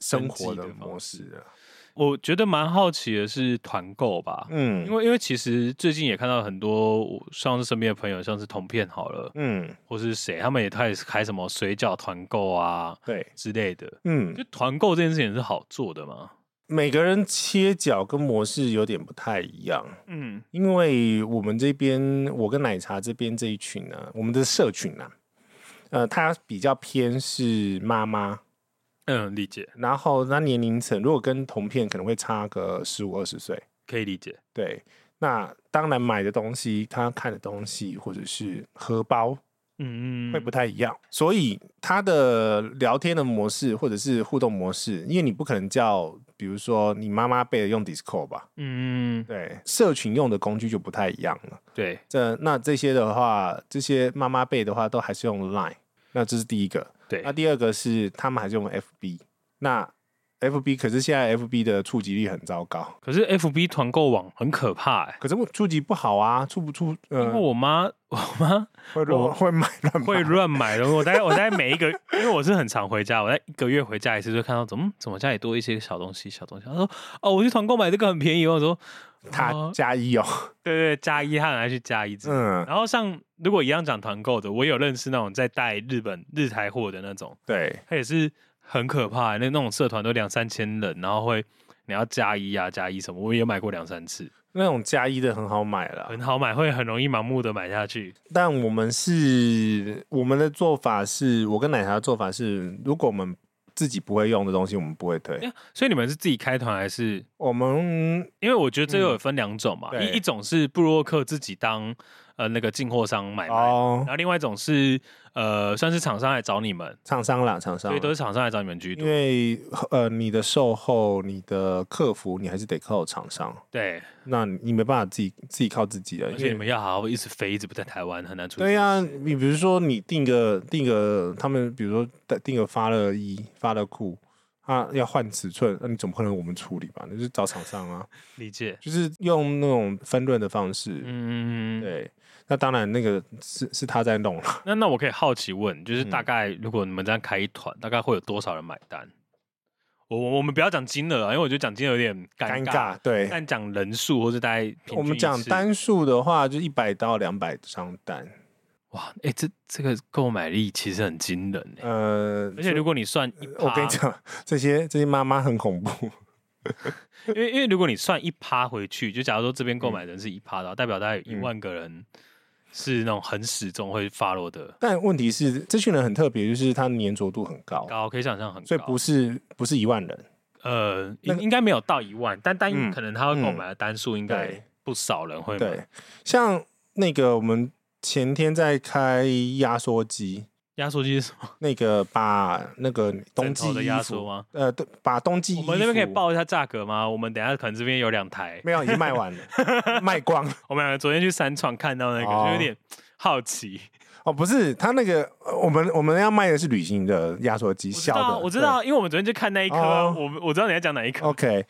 Speaker 2: 生活的模式了。
Speaker 1: 我觉得蛮好奇的是团购吧，
Speaker 2: 嗯，
Speaker 1: 因为因为其实最近也看到很多，我像是身边的朋友，像是同片好了，
Speaker 2: 嗯，
Speaker 1: 或是谁，他们也开始开什么水饺团购啊
Speaker 2: 对，
Speaker 1: 之类的。
Speaker 2: 嗯，
Speaker 1: 就团购这件事情是好做的吗？
Speaker 2: 每个人切角跟模式有点不太一样，
Speaker 1: 嗯，
Speaker 2: 因为我们这边，我跟奶茶这边这一群呢、我们的社群啊，呃，他比较偏是妈妈，
Speaker 1: 嗯，理解，
Speaker 2: 然后那年龄层如果跟同片可能会差个十五二十岁，
Speaker 1: 可以理解。
Speaker 2: 对。那当然，买的东西、他看的东西，或者是荷包，
Speaker 1: 嗯嗯，
Speaker 2: 会不太一样。所以他的聊天的模式或者是互动模式，因为你不可能叫，比如说你妈妈辈的用 Discord 吧，
Speaker 1: 嗯，
Speaker 2: 对，社群用的工具就不太一样了。
Speaker 1: 对，
Speaker 2: 这那这些的话，这些妈妈辈的话都还是用 Line，那这是第一个。
Speaker 1: 对
Speaker 2: 那第二个是他们还是用 FB，那 FB 可是现在 FB 的触及率很糟糕，
Speaker 1: 可是 FB 团购网很可怕哎、
Speaker 2: 可是触及不好啊，触不出
Speaker 1: 因为
Speaker 2: 呃
Speaker 1: 我妈， 我妈
Speaker 2: 会乱会买乱
Speaker 1: 会
Speaker 2: 买
Speaker 1: 乱买东西。我大概我大概每一个，因为我是很常回家，我在一个月回家一次，就看到怎么怎么家里多一些小东西，小东西。她说哦，我去团购买这个很便宜哦。我说
Speaker 2: 他加一哦，
Speaker 1: 对对，加一他很爱去加一之类的
Speaker 2: 嗯，
Speaker 1: 然后像如果一样讲团购的，我有认识那种在带日本日台货的那种，
Speaker 2: 对，
Speaker 1: 他也是很可怕、欸那那种社团都两三千人，然后会你要加一啊加一什么，我也买过两三次，
Speaker 2: 那种加一的很好买了，
Speaker 1: 很好买，会很容易盲目的买下去。
Speaker 2: 但我们是我们的做法是，我跟奶茶的做法是，如果我们自己不会用的东西，我们不会推。
Speaker 1: 哎所以你们是自己开团还是？
Speaker 2: 我们
Speaker 1: 因为我觉得这个有分两种嘛，
Speaker 2: 嗯对
Speaker 1: 一一种是布洛克自己当呃那个进货商买卖，
Speaker 2: 哦
Speaker 1: 然，后另外一种是呃算是厂商来找你们，
Speaker 2: 厂商啦，厂商
Speaker 1: 所以
Speaker 2: 啦，
Speaker 1: 都是厂商来找你们居
Speaker 2: 因
Speaker 1: 多。
Speaker 2: 为呃，你的售后、你的客服，你还是得靠厂商，
Speaker 1: 对，
Speaker 2: 那你没办法自己自己靠自己的，
Speaker 1: 而
Speaker 2: 因
Speaker 1: 且你
Speaker 2: 为
Speaker 1: 们要好好一直飞，一直不在台湾很难出。
Speaker 2: 对呀、你比如说你定个定个，他们比如说定个发热衣、发热裤，啊，要换尺寸，那你总不可能我们处理吧？那就是找厂商啊，
Speaker 1: 理解。
Speaker 2: 就是用那种分润的方式，
Speaker 1: 嗯，
Speaker 2: 对，那当然那个是是他在弄了。
Speaker 1: 那那我可以好奇问，就是
Speaker 2: 嗯
Speaker 1: 大概如果你们这样开一团，大概会有多少人买单？我我我们不要讲金额啊，因为我觉得讲金额有点尴
Speaker 2: 尴尬，对，
Speaker 1: 但讲人数或是大概平均
Speaker 2: 我们讲
Speaker 1: 一次
Speaker 2: 单数的话，就一百到两百张单，
Speaker 1: 哇，哎、这这个购买力其实很惊人哎、
Speaker 2: 呃，
Speaker 1: 而且如果你算一趴，
Speaker 2: 我跟你讲， 这些这些妈妈很恐怖，
Speaker 1: 因为因为如果你算一趴回去，就假如说这边
Speaker 2: 嗯
Speaker 1: 购买人是一趴的话，代表大概有一万个人是那种很始终会发落的，
Speaker 2: 但问题是这群人很特别，就是他粘着度很高，
Speaker 1: 高可以想象很高，
Speaker 2: 哦所以不是不是一万人，
Speaker 1: 呃，
Speaker 2: 那
Speaker 1: 应
Speaker 2: 个
Speaker 1: 应该没有到一万，但单一
Speaker 2: 嗯
Speaker 1: 可能他会购
Speaker 2: 嗯
Speaker 1: 买的单数应该
Speaker 2: 对
Speaker 1: 不少人会买。
Speaker 2: 对，像那个我们前天在开压缩机，
Speaker 1: 压缩机是什么？
Speaker 2: 那个把那个冬
Speaker 1: 枕头
Speaker 2: 季
Speaker 1: 的
Speaker 2: 衣
Speaker 1: 压
Speaker 2: 服
Speaker 1: 缩吗？
Speaker 2: 呃，对，把冬季
Speaker 1: 我
Speaker 2: 衣
Speaker 1: 们那边可以
Speaker 2: 服
Speaker 1: 报一下价格吗？我们等一下可能这边有两台，
Speaker 2: 没有已经卖完 了，卖光了。
Speaker 1: 我们两个昨天去三创看到那个，
Speaker 2: 哦
Speaker 1: 就有点好奇。
Speaker 2: 哦，不是，他那个呃我们我们要卖的是旅行的压缩机，
Speaker 1: 我知
Speaker 2: 小
Speaker 1: 道，
Speaker 2: 的，
Speaker 1: 我知道，因为我们昨天就看那一颗，
Speaker 2: 哦
Speaker 1: 我我知道你在讲哪一
Speaker 2: 对。
Speaker 1: 颗。
Speaker 2: OK，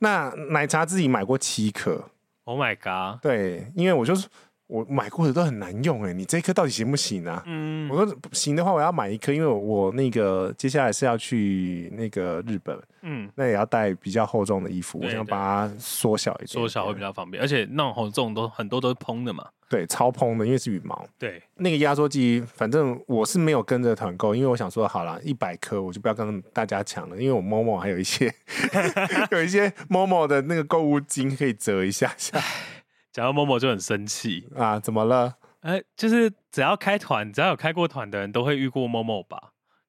Speaker 2: 那奶茶自己买过七颗，
Speaker 1: Oh my god！
Speaker 2: 对，因为我就是我买过的都很难用哎、你这一颗到底行不行啊？
Speaker 1: 嗯，
Speaker 2: 我说行的话，我要买一颗，因为我我那个接下来是要去那个日本，
Speaker 1: 嗯，
Speaker 2: 那也要带比较厚重的衣服，我
Speaker 1: 对
Speaker 2: 想
Speaker 1: 对
Speaker 2: 把它缩小一点，
Speaker 1: 缩小会比较方便，而且那种红这种都很多都是蓬的嘛。
Speaker 2: 对超蓬的，因为是羽毛。
Speaker 1: 对，
Speaker 2: 那个压缩机，反正我是没有跟着团购，因为我想说，好啦，一百颗我就不要跟大家抢了，因为我 Momo 还有 一些有一些 Momo 的那个购物金可以折一下下
Speaker 1: 讲到某某就很生气，
Speaker 2: 啊，怎么了？
Speaker 1: 哎、就是只要开团，只要有开过团的人都会遇过某某吧，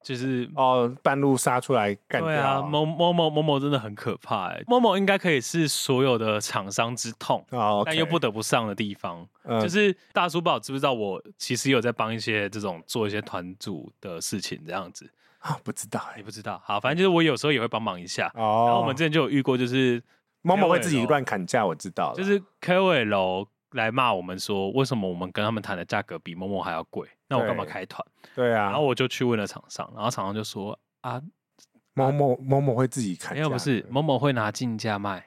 Speaker 1: 就是。
Speaker 2: 哦，半路杀出来干掉，哦
Speaker 1: 对啊，某某某某某真的很可怕哎、某某应该可以是所有的厂商之痛，
Speaker 2: 哦，
Speaker 1: 但又不得不上的地方。
Speaker 2: 嗯
Speaker 1: 就是大叔不好知不知道，我其实有在帮一些这种做一些团组的事情，这样子
Speaker 2: 啊，不知道哎、
Speaker 1: 你不知道。好，反正就是我有时候也会帮忙一下。
Speaker 2: 哦，
Speaker 1: 然后我们之前就有遇过，就是
Speaker 2: 某某会
Speaker 1: 开会
Speaker 2: 自己
Speaker 1: 咯
Speaker 2: 乱砍价，我知道了，
Speaker 1: 就是 KOL 来骂我们说，为什么我们跟他们谈的价格比某某还要贵？那我干嘛
Speaker 2: 对
Speaker 1: 开团？
Speaker 2: 对啊，
Speaker 1: 然后我就去问了厂商，然后厂商就说啊，
Speaker 2: 某某某某会自己砍
Speaker 1: 没
Speaker 2: 价，
Speaker 1: 有，不是某某会拿进价卖，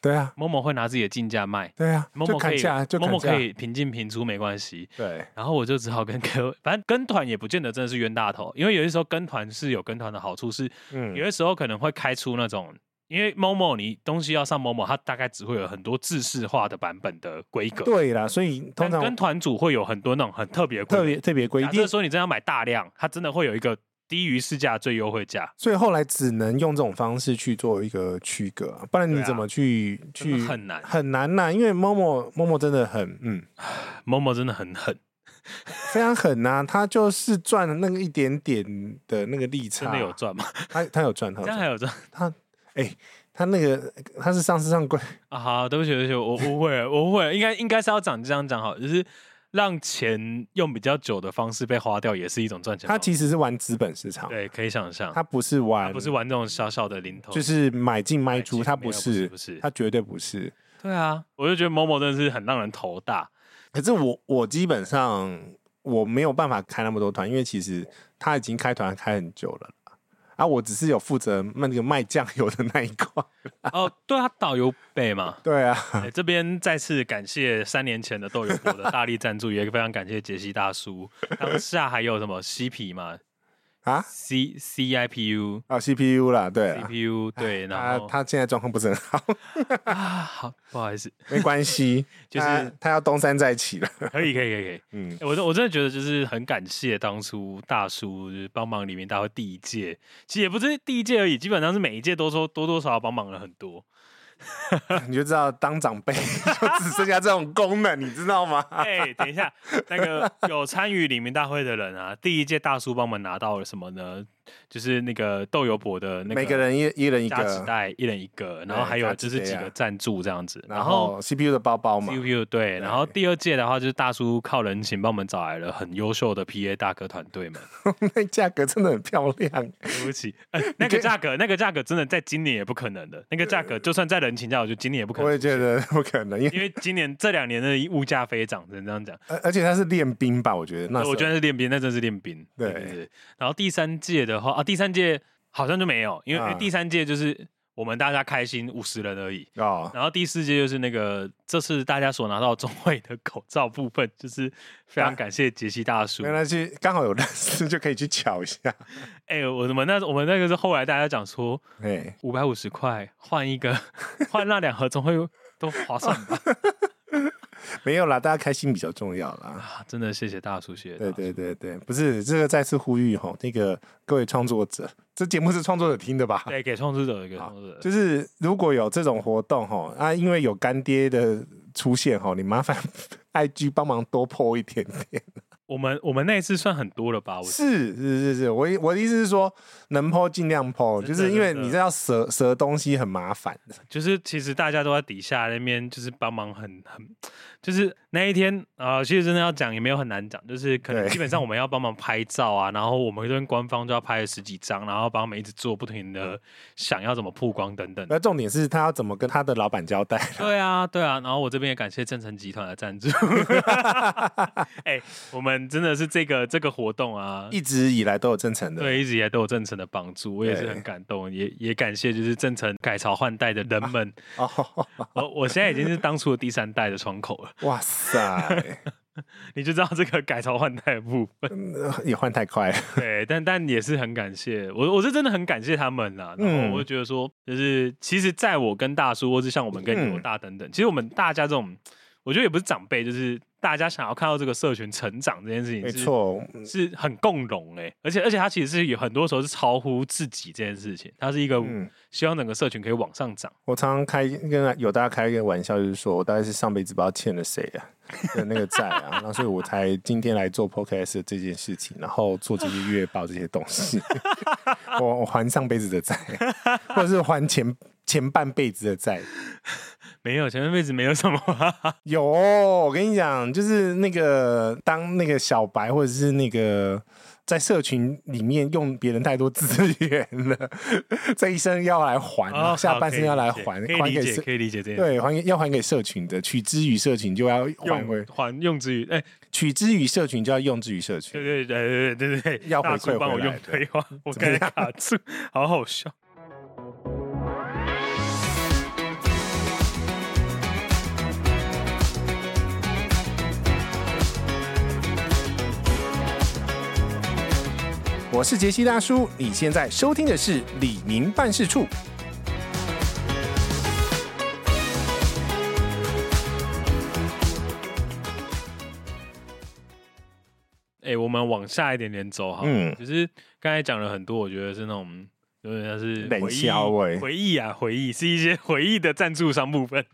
Speaker 2: 对啊，
Speaker 1: 某某会拿自己的进价卖，
Speaker 2: 对啊，
Speaker 1: 某
Speaker 2: 就
Speaker 1: 某可
Speaker 2: 砍
Speaker 1: 以
Speaker 2: 价，就
Speaker 1: 某
Speaker 2: 砍
Speaker 1: 某
Speaker 2: 价，
Speaker 1: 可以平进平出没关系。
Speaker 2: 对，
Speaker 1: 然后我就只好跟 KOL，反正跟团也不见得真的是冤大头，因为有些时候跟团是有跟团的好处是，
Speaker 2: 嗯
Speaker 1: 有，些时候可能会开出那种，因为某某你东西要上某某，它大概只会有很多制式化的版本的规格。
Speaker 2: 对啦，所以
Speaker 1: 但
Speaker 2: 通常
Speaker 1: 跟团组会有很多那种很特别的规格
Speaker 2: 特别特别规
Speaker 1: 假
Speaker 2: 定
Speaker 1: 设，说你真的要买大量，它真的会有一个低于市价最优惠价，
Speaker 2: 所以后来只能用这种方式去做一个区隔啊，不然
Speaker 1: 对
Speaker 2: 你
Speaker 1: 啊
Speaker 2: 怎么去、
Speaker 1: 真的
Speaker 2: 去
Speaker 1: 很难
Speaker 2: 很难呐、因为 Momo Momo 真的很嗯
Speaker 1: 某某真的很狠，
Speaker 2: 非常狠呐、他就是赚了那个一点点的那个利差，
Speaker 1: 真的有 赚吗？
Speaker 2: 他他有赚，他有
Speaker 1: 这样
Speaker 2: 赚
Speaker 1: 还有赚
Speaker 2: 他那个他是上市上柜，
Speaker 1: 啊？好，对不起，对不起，我我误会了，我误会了，应该应该是要讲这样讲好了，就是让钱用比较久的方式被花掉，也是一种赚钱
Speaker 2: 他
Speaker 1: 方式。
Speaker 2: 其实是玩资本市场，
Speaker 1: 对，可以想象，
Speaker 2: 他不是玩
Speaker 1: 他不是玩这种小小的零头，
Speaker 2: 就是买进卖
Speaker 1: 买
Speaker 2: 出，
Speaker 1: 进
Speaker 2: 他
Speaker 1: 没有
Speaker 2: 不
Speaker 1: 不是
Speaker 2: 是，
Speaker 1: 不是
Speaker 2: 他绝对不是。
Speaker 1: 对啊，我就觉得某某真的是很让人头大。
Speaker 2: 可是我我基本上我没有办法开那么多团，因为其实他已经开团开很久了啦啊，我只是有负责那个卖酱油的那一块。
Speaker 1: 哦，对啊，导游背嘛，
Speaker 2: 对啊，
Speaker 1: 哎，这边再次感谢三年前的豆油果的大力赞助，也非常感谢杰西大叔。当下还有什么嬉皮嘛
Speaker 2: 啊
Speaker 1: ，C C I P U
Speaker 2: 啊，CPU 啦， 对
Speaker 1: C
Speaker 2: 啦
Speaker 1: P U 对，
Speaker 2: 他
Speaker 1: 然后
Speaker 2: 他现在状况不是很好，
Speaker 1: 啊，好，不好意思，
Speaker 2: 没关系，
Speaker 1: 就是
Speaker 2: 他他要东山再起 了。
Speaker 1: 可以可以可以可以。
Speaker 2: 嗯，
Speaker 1: 哎我真我真的觉得就是很感谢当初大叔就是帮忙黎明大会第一届，其实也不是第一届而已，基本上是每一届都说多多少少帮忙了很多。
Speaker 2: 你就知道当长辈 就只剩下这种功能，你知道吗？
Speaker 1: 哎、等一下，那 个有参与李明大会的人啊，第一届大叔帮我们拿到了什么呢？就是那个豆油博的 那个
Speaker 2: 每个人一一人一
Speaker 1: 加纸
Speaker 2: 个，
Speaker 1: 袋，一人一个，然后
Speaker 2: 对
Speaker 1: 还
Speaker 2: 加
Speaker 1: 有
Speaker 2: 纸
Speaker 1: 就是几
Speaker 2: 袋啊
Speaker 1: 个赞助这样子，
Speaker 2: 然后 CPU 的包包嘛，
Speaker 1: CPU 对，然后第二届的话就是大叔靠人情帮我们找来了很优秀的 PA 大哥团队们，
Speaker 2: 那价格真的很漂亮。
Speaker 1: 对不起，呃那个价格那个价格真的在今年也不可能的，那个价格就算在人情价，我觉得今年也不可
Speaker 2: 我
Speaker 1: 能
Speaker 2: 也。觉得不可能，因为
Speaker 1: 因为今年这两年的物价飞涨，只能这样讲。
Speaker 2: 而而且他是练兵吧？我觉得那时候
Speaker 1: 我觉得是练兵，那真是练兵。
Speaker 2: 对
Speaker 1: 对。然后第三届的话啊，第三届好像就没有，因为、
Speaker 2: 啊
Speaker 1: 因为第三届就是我们大家开心五十人而已。
Speaker 2: 哦，
Speaker 1: 然后第四届就是那个，这次大家所拿到中会的口罩部分，就是非
Speaker 2: 啊
Speaker 1: 常感谢杰西大叔
Speaker 2: 原。来去刚好有认识就可以去瞧一下。
Speaker 1: 哎、我们那我们那个是后来大家讲说，
Speaker 2: 哎，
Speaker 1: 五百五十块换一个，换那两盒中会都划算 吧？
Speaker 2: 没有啦，大家开心比较重要啦。
Speaker 1: 啊，真的谢谢大叔，谢谢大
Speaker 2: 对
Speaker 1: 叔。
Speaker 2: 对对对，不是这个再次呼吁吼，那个各位创作者，这节目是创作者听的吧？
Speaker 1: 对，给创作者一个
Speaker 2: 好
Speaker 1: 创作者，
Speaker 2: 就是如果有这种活动吼，啊，因为有干爹的出现吼，你麻烦 IG 帮忙多泼一点点。
Speaker 1: 我们我们那一次算很多了吧？我
Speaker 2: 是是是是，我意我的意思是说，能泼尽量泼，
Speaker 1: 真
Speaker 2: 就
Speaker 1: 的
Speaker 2: 是因为
Speaker 1: 真的
Speaker 2: 你这要折折东西很麻烦。
Speaker 1: 就是其实大家都在底下那边，就是帮忙很很，就是那一天啊、呃其实真的要讲也没有很难讲，就是可能
Speaker 2: 对
Speaker 1: 基本上我们要帮忙拍照啊，然后我们跟官方就要拍了十几张，然后帮他们一直做不停
Speaker 2: 嗯
Speaker 1: 的想要怎么曝光等等。
Speaker 2: 那重点是他要怎么跟他的老板交代？
Speaker 1: 嗯对啊，对啊，然后我这边也感谢正成集团的赞助。哎、我们们真的是这个这个活动啊，
Speaker 2: 一直以来都有真诚的。
Speaker 1: 对，一直以来都有郑成的帮助，我也是很
Speaker 2: 对
Speaker 1: 感动，也也感谢就是郑成改朝换代的人 们。
Speaker 2: 哦，
Speaker 1: 我我现在已经是当初的第三代的窗口了，
Speaker 2: 哇塞，
Speaker 1: 你就知道这个改朝换代的部分。
Speaker 2: 也换太快了。
Speaker 1: 对，但但也是很感谢我，我是真的很感谢他们啦。然
Speaker 2: 嗯
Speaker 1: 后我就觉得说，就是其实在我跟大叔，或是像我们跟
Speaker 2: 嗯
Speaker 1: 友大等等，其实我们大家这种，我觉得也不是长辈，就是大家想要看到这个社群成长这件事情，
Speaker 2: 没。错，
Speaker 1: 是很共融哎、而且而且它其实是有很多时候是超乎自己这件事情，它是一个
Speaker 2: 嗯，
Speaker 1: 希望整个社群可以往上涨。
Speaker 2: 我常常开跟有大家开一个玩笑，就是说我大概是上辈子不知道欠了谁啊的那个债啊，那所以我才今天来做 podcast 这件事情，然后做这些月报这些东西， 我我还上辈子的债，啊或者是还前前半辈子的债。
Speaker 1: 没有前面辈子没有什么、
Speaker 2: 有，我跟你讲，就是那个当那个小白或者是那个在社群里面用别人太多资源了，这一生要来还啊，
Speaker 1: 哦
Speaker 2: 下
Speaker 1: 好
Speaker 2: 半身
Speaker 1: 可以
Speaker 2: 要来
Speaker 1: 理解
Speaker 2: 还，
Speaker 1: 可以
Speaker 2: 还
Speaker 1: 理
Speaker 2: 给
Speaker 1: 解，
Speaker 2: 社
Speaker 1: 可以理解这件事。
Speaker 2: 对，还给要还给社群的，取之于社群就要还回
Speaker 1: 用，还用之于哎，
Speaker 2: 取之于社群就要用之于社群。
Speaker 1: 对对对对对对对，
Speaker 2: 要回
Speaker 1: 大
Speaker 2: 馈
Speaker 1: 叔帮我
Speaker 2: 回来
Speaker 1: 用
Speaker 2: 对
Speaker 1: 对 话，我
Speaker 2: 怎么
Speaker 1: 刚才
Speaker 2: 样
Speaker 1: 卡住， 好好笑。
Speaker 2: 我是杰西大叔，你现在收听的是李明办事处。
Speaker 1: 哎，我们往下一点点走哈，
Speaker 2: 嗯
Speaker 1: 就是刚才讲了很多，我觉得是那种有点像是
Speaker 2: 冷
Speaker 1: 回
Speaker 2: 笑
Speaker 1: 忆
Speaker 2: 喂
Speaker 1: 回忆啊，回忆是一些回忆的赞助商部 分。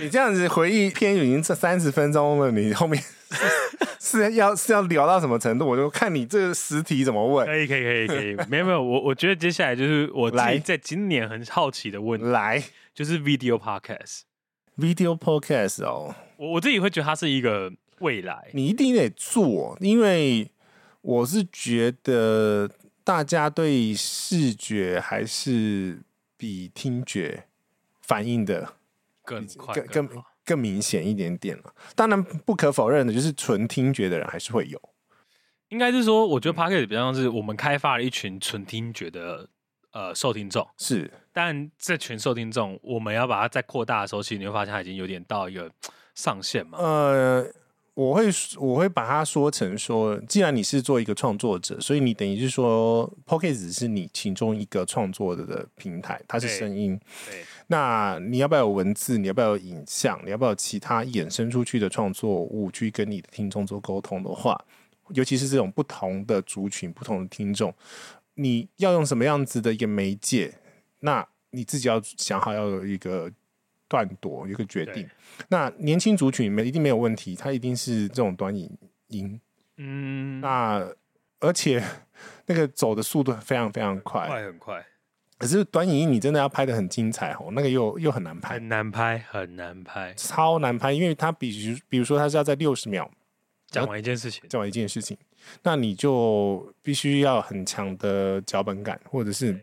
Speaker 2: 你这样子回忆篇已经这三十分钟了，你后面 是是要是要聊到什么程度？我就看你这十题怎么问。
Speaker 1: 可以可以可以可以，没有没有，我我觉得接下来就是我自己
Speaker 2: 来
Speaker 1: 在今年很好奇的问题，
Speaker 2: 来
Speaker 1: 就是 video podcast。
Speaker 2: ，video podcast 哦，
Speaker 1: 我我自己会觉得它是一个未来，
Speaker 2: 你一定得做，因为我是觉得大家对视觉还是比听觉反应的
Speaker 1: 更快
Speaker 2: 更
Speaker 1: 更
Speaker 2: 更
Speaker 1: 好
Speaker 2: 更明显一点点了。当然，不可否认的就是纯听觉的人还是会有。
Speaker 1: 应该是说，我
Speaker 2: 嗯
Speaker 1: 觉得 podcast 比较像是我们开发了一群纯听觉的呃受听众，
Speaker 2: 是，
Speaker 1: 但这群受听众我们要把它再扩大的时候，其实你会发现它已经有点到一个上限嘛。
Speaker 2: 呃，我会我会把它说成说，既然你是做一个创作者，所以你等于是说 p o c k e t 只是你其中一个创作的的平台，它是
Speaker 1: 对
Speaker 2: 声音。
Speaker 1: 对，
Speaker 2: 那你要不要有文字？你要不要有影像？你要不要有其他衍生出去的创作物去跟你的听众做沟通的话，尤其是这种不同的族群、不同的听众，你要用什么样子的一个媒介？那你自己要想好要有一个断夺，有一个决定
Speaker 1: 对。
Speaker 2: 那年轻族群里面一定没有问题，它一定是这种短影音。
Speaker 1: 嗯，
Speaker 2: 那而且那个走的速度非常非常快，
Speaker 1: 快很快，
Speaker 2: 可是短影音你真的要拍的很精彩哦，那个又又很难拍。
Speaker 1: 很难拍，很难拍。
Speaker 2: 超难拍，因为它比如比如说它是要在六十秒
Speaker 1: 讲完一件事情，
Speaker 2: 讲完一件事情，那你就必须要很强的脚本感，或者是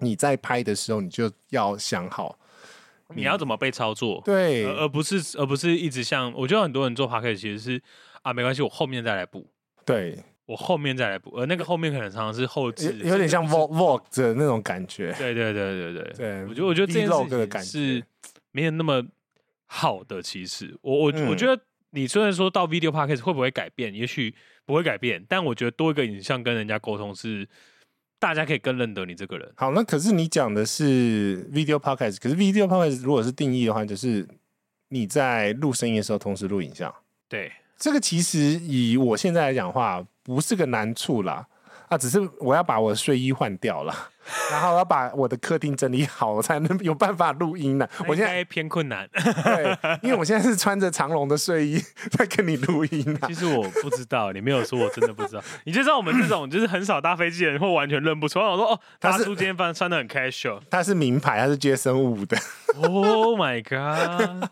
Speaker 2: 你在拍的时候你就要想好，
Speaker 1: 你要怎么被操作？
Speaker 2: 嗯对，
Speaker 1: 而而不是而不是一直像我觉得很多人做 p o c a s t 其实是啊，没关系，我后面再来补，
Speaker 2: 对，
Speaker 1: 我后面再来补，而那个后面可能常常是后置
Speaker 2: 有，有点像 vlog vlog 的那种感觉，
Speaker 1: 对对对对对
Speaker 2: 对
Speaker 1: 我觉得我觉得这件
Speaker 2: vlog 的
Speaker 1: 事情
Speaker 2: 感
Speaker 1: 是
Speaker 2: 觉
Speaker 1: 没有那么好的。其实我我、我
Speaker 2: 嗯
Speaker 1: 觉得你虽然说到 video p o c a s t 会不会改变，也许不会改变，但我觉得多一个影像跟人家沟通是大家可以更认得你这个人。
Speaker 2: 好，那可是你讲的是 video podcast，可是 video podcast 如果是定义的话，就是你在录声音的时候同时录影像。
Speaker 1: 对，
Speaker 2: 这个其实以我现在来讲的话，不是个难处啦，啊，只是我要把我的睡衣换掉了， 然后我要把我的客厅整理好，我才能有办法录 音呢。我
Speaker 1: 那应
Speaker 2: 现在
Speaker 1: 该偏困 难。
Speaker 2: 对，因为我现在是穿着长龙的睡衣 在跟你录音啊
Speaker 1: 其。实我不知道，你没有说，我真的不知道。你就知道我们这种就是很少搭飞机的人会完全认不出来。我说哦，
Speaker 2: 他
Speaker 1: 大
Speaker 2: 是
Speaker 1: 叔今天穿穿的很 casual。
Speaker 2: 它是名牌，它是杰森五的
Speaker 1: Oh my god！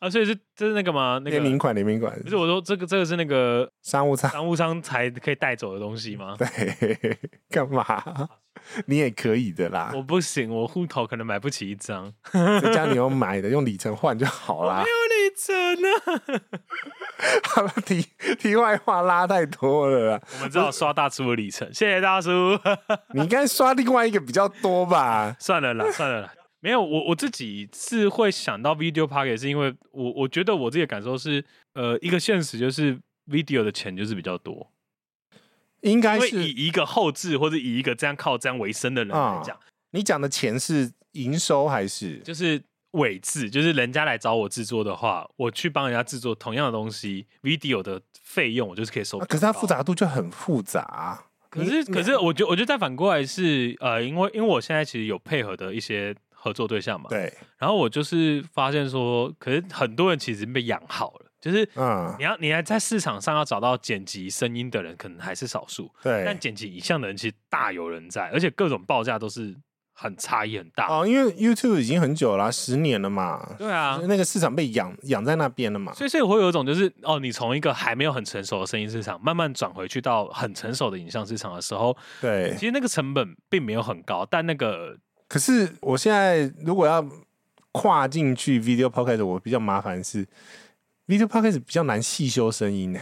Speaker 1: 啊，所以是这是那个吗？那
Speaker 2: 联
Speaker 1: 个
Speaker 2: 名款，联名款
Speaker 1: 不，是我说这个这个是那个
Speaker 2: 商务 舱。
Speaker 1: 商务舱才可以带走的东西吗？
Speaker 2: 对， 干 嘛？你也可以的啦
Speaker 1: 我，不行，我户头可能买不起一张。
Speaker 2: 这家你用买的，用里程换就好
Speaker 1: 没
Speaker 2: 啦。
Speaker 1: 有里程啊！
Speaker 2: 好了，题题外话拉太多了啦，
Speaker 1: 我们只好刷大叔的里程，谢谢大叔。
Speaker 2: 你应该刷另外一个比较多吧？
Speaker 1: 算了啦，算了啦，没有我我自己是会想到 video pocket，是因为我我觉得我自己的感受是，呃，一个现实就是 video 的钱就是比较多，
Speaker 2: 应该
Speaker 1: 因为
Speaker 2: 是
Speaker 1: 以一个后置或者以一个这样靠这样为生的人来讲，
Speaker 2: 你讲的钱是营收还是？
Speaker 1: 就是伪制，就是人家来找我制作的话，我去帮人家制作同样的东西，video 的费用我就是可以收、
Speaker 2: 啊可是它复。杂度就很复杂啊、
Speaker 1: 可是，
Speaker 2: 你
Speaker 1: 可是，我觉得我觉得再反过来是，呃，因为因为我现在其实有配合的一些合作对象嘛，
Speaker 2: 对，
Speaker 1: 然后我就是发现说，可是很多人其实被养好了，就是
Speaker 2: 嗯
Speaker 1: 你，要你还在市场上要找到剪辑声音的人，可能还是少数，但
Speaker 2: 对。
Speaker 1: 剪辑影像的人其实大有人在，而且各种报价都是很差异很大。
Speaker 2: 哦，因为 YouTube 已经很久了啊、十年了嘛，
Speaker 1: 对啊，
Speaker 2: 那个市场被养养在那边了嘛。
Speaker 1: 所以所以我会有一种就是哦，你从一个还没有很成熟的声音市场，慢慢转回去到很成熟的影像市场的时候，
Speaker 2: 对
Speaker 1: 其，实那个成本并没有很高，但那个
Speaker 2: 可是我现在如果要跨进去 Video Podcast，我比较麻烦是 Video Podcast 比较难细修声音呢。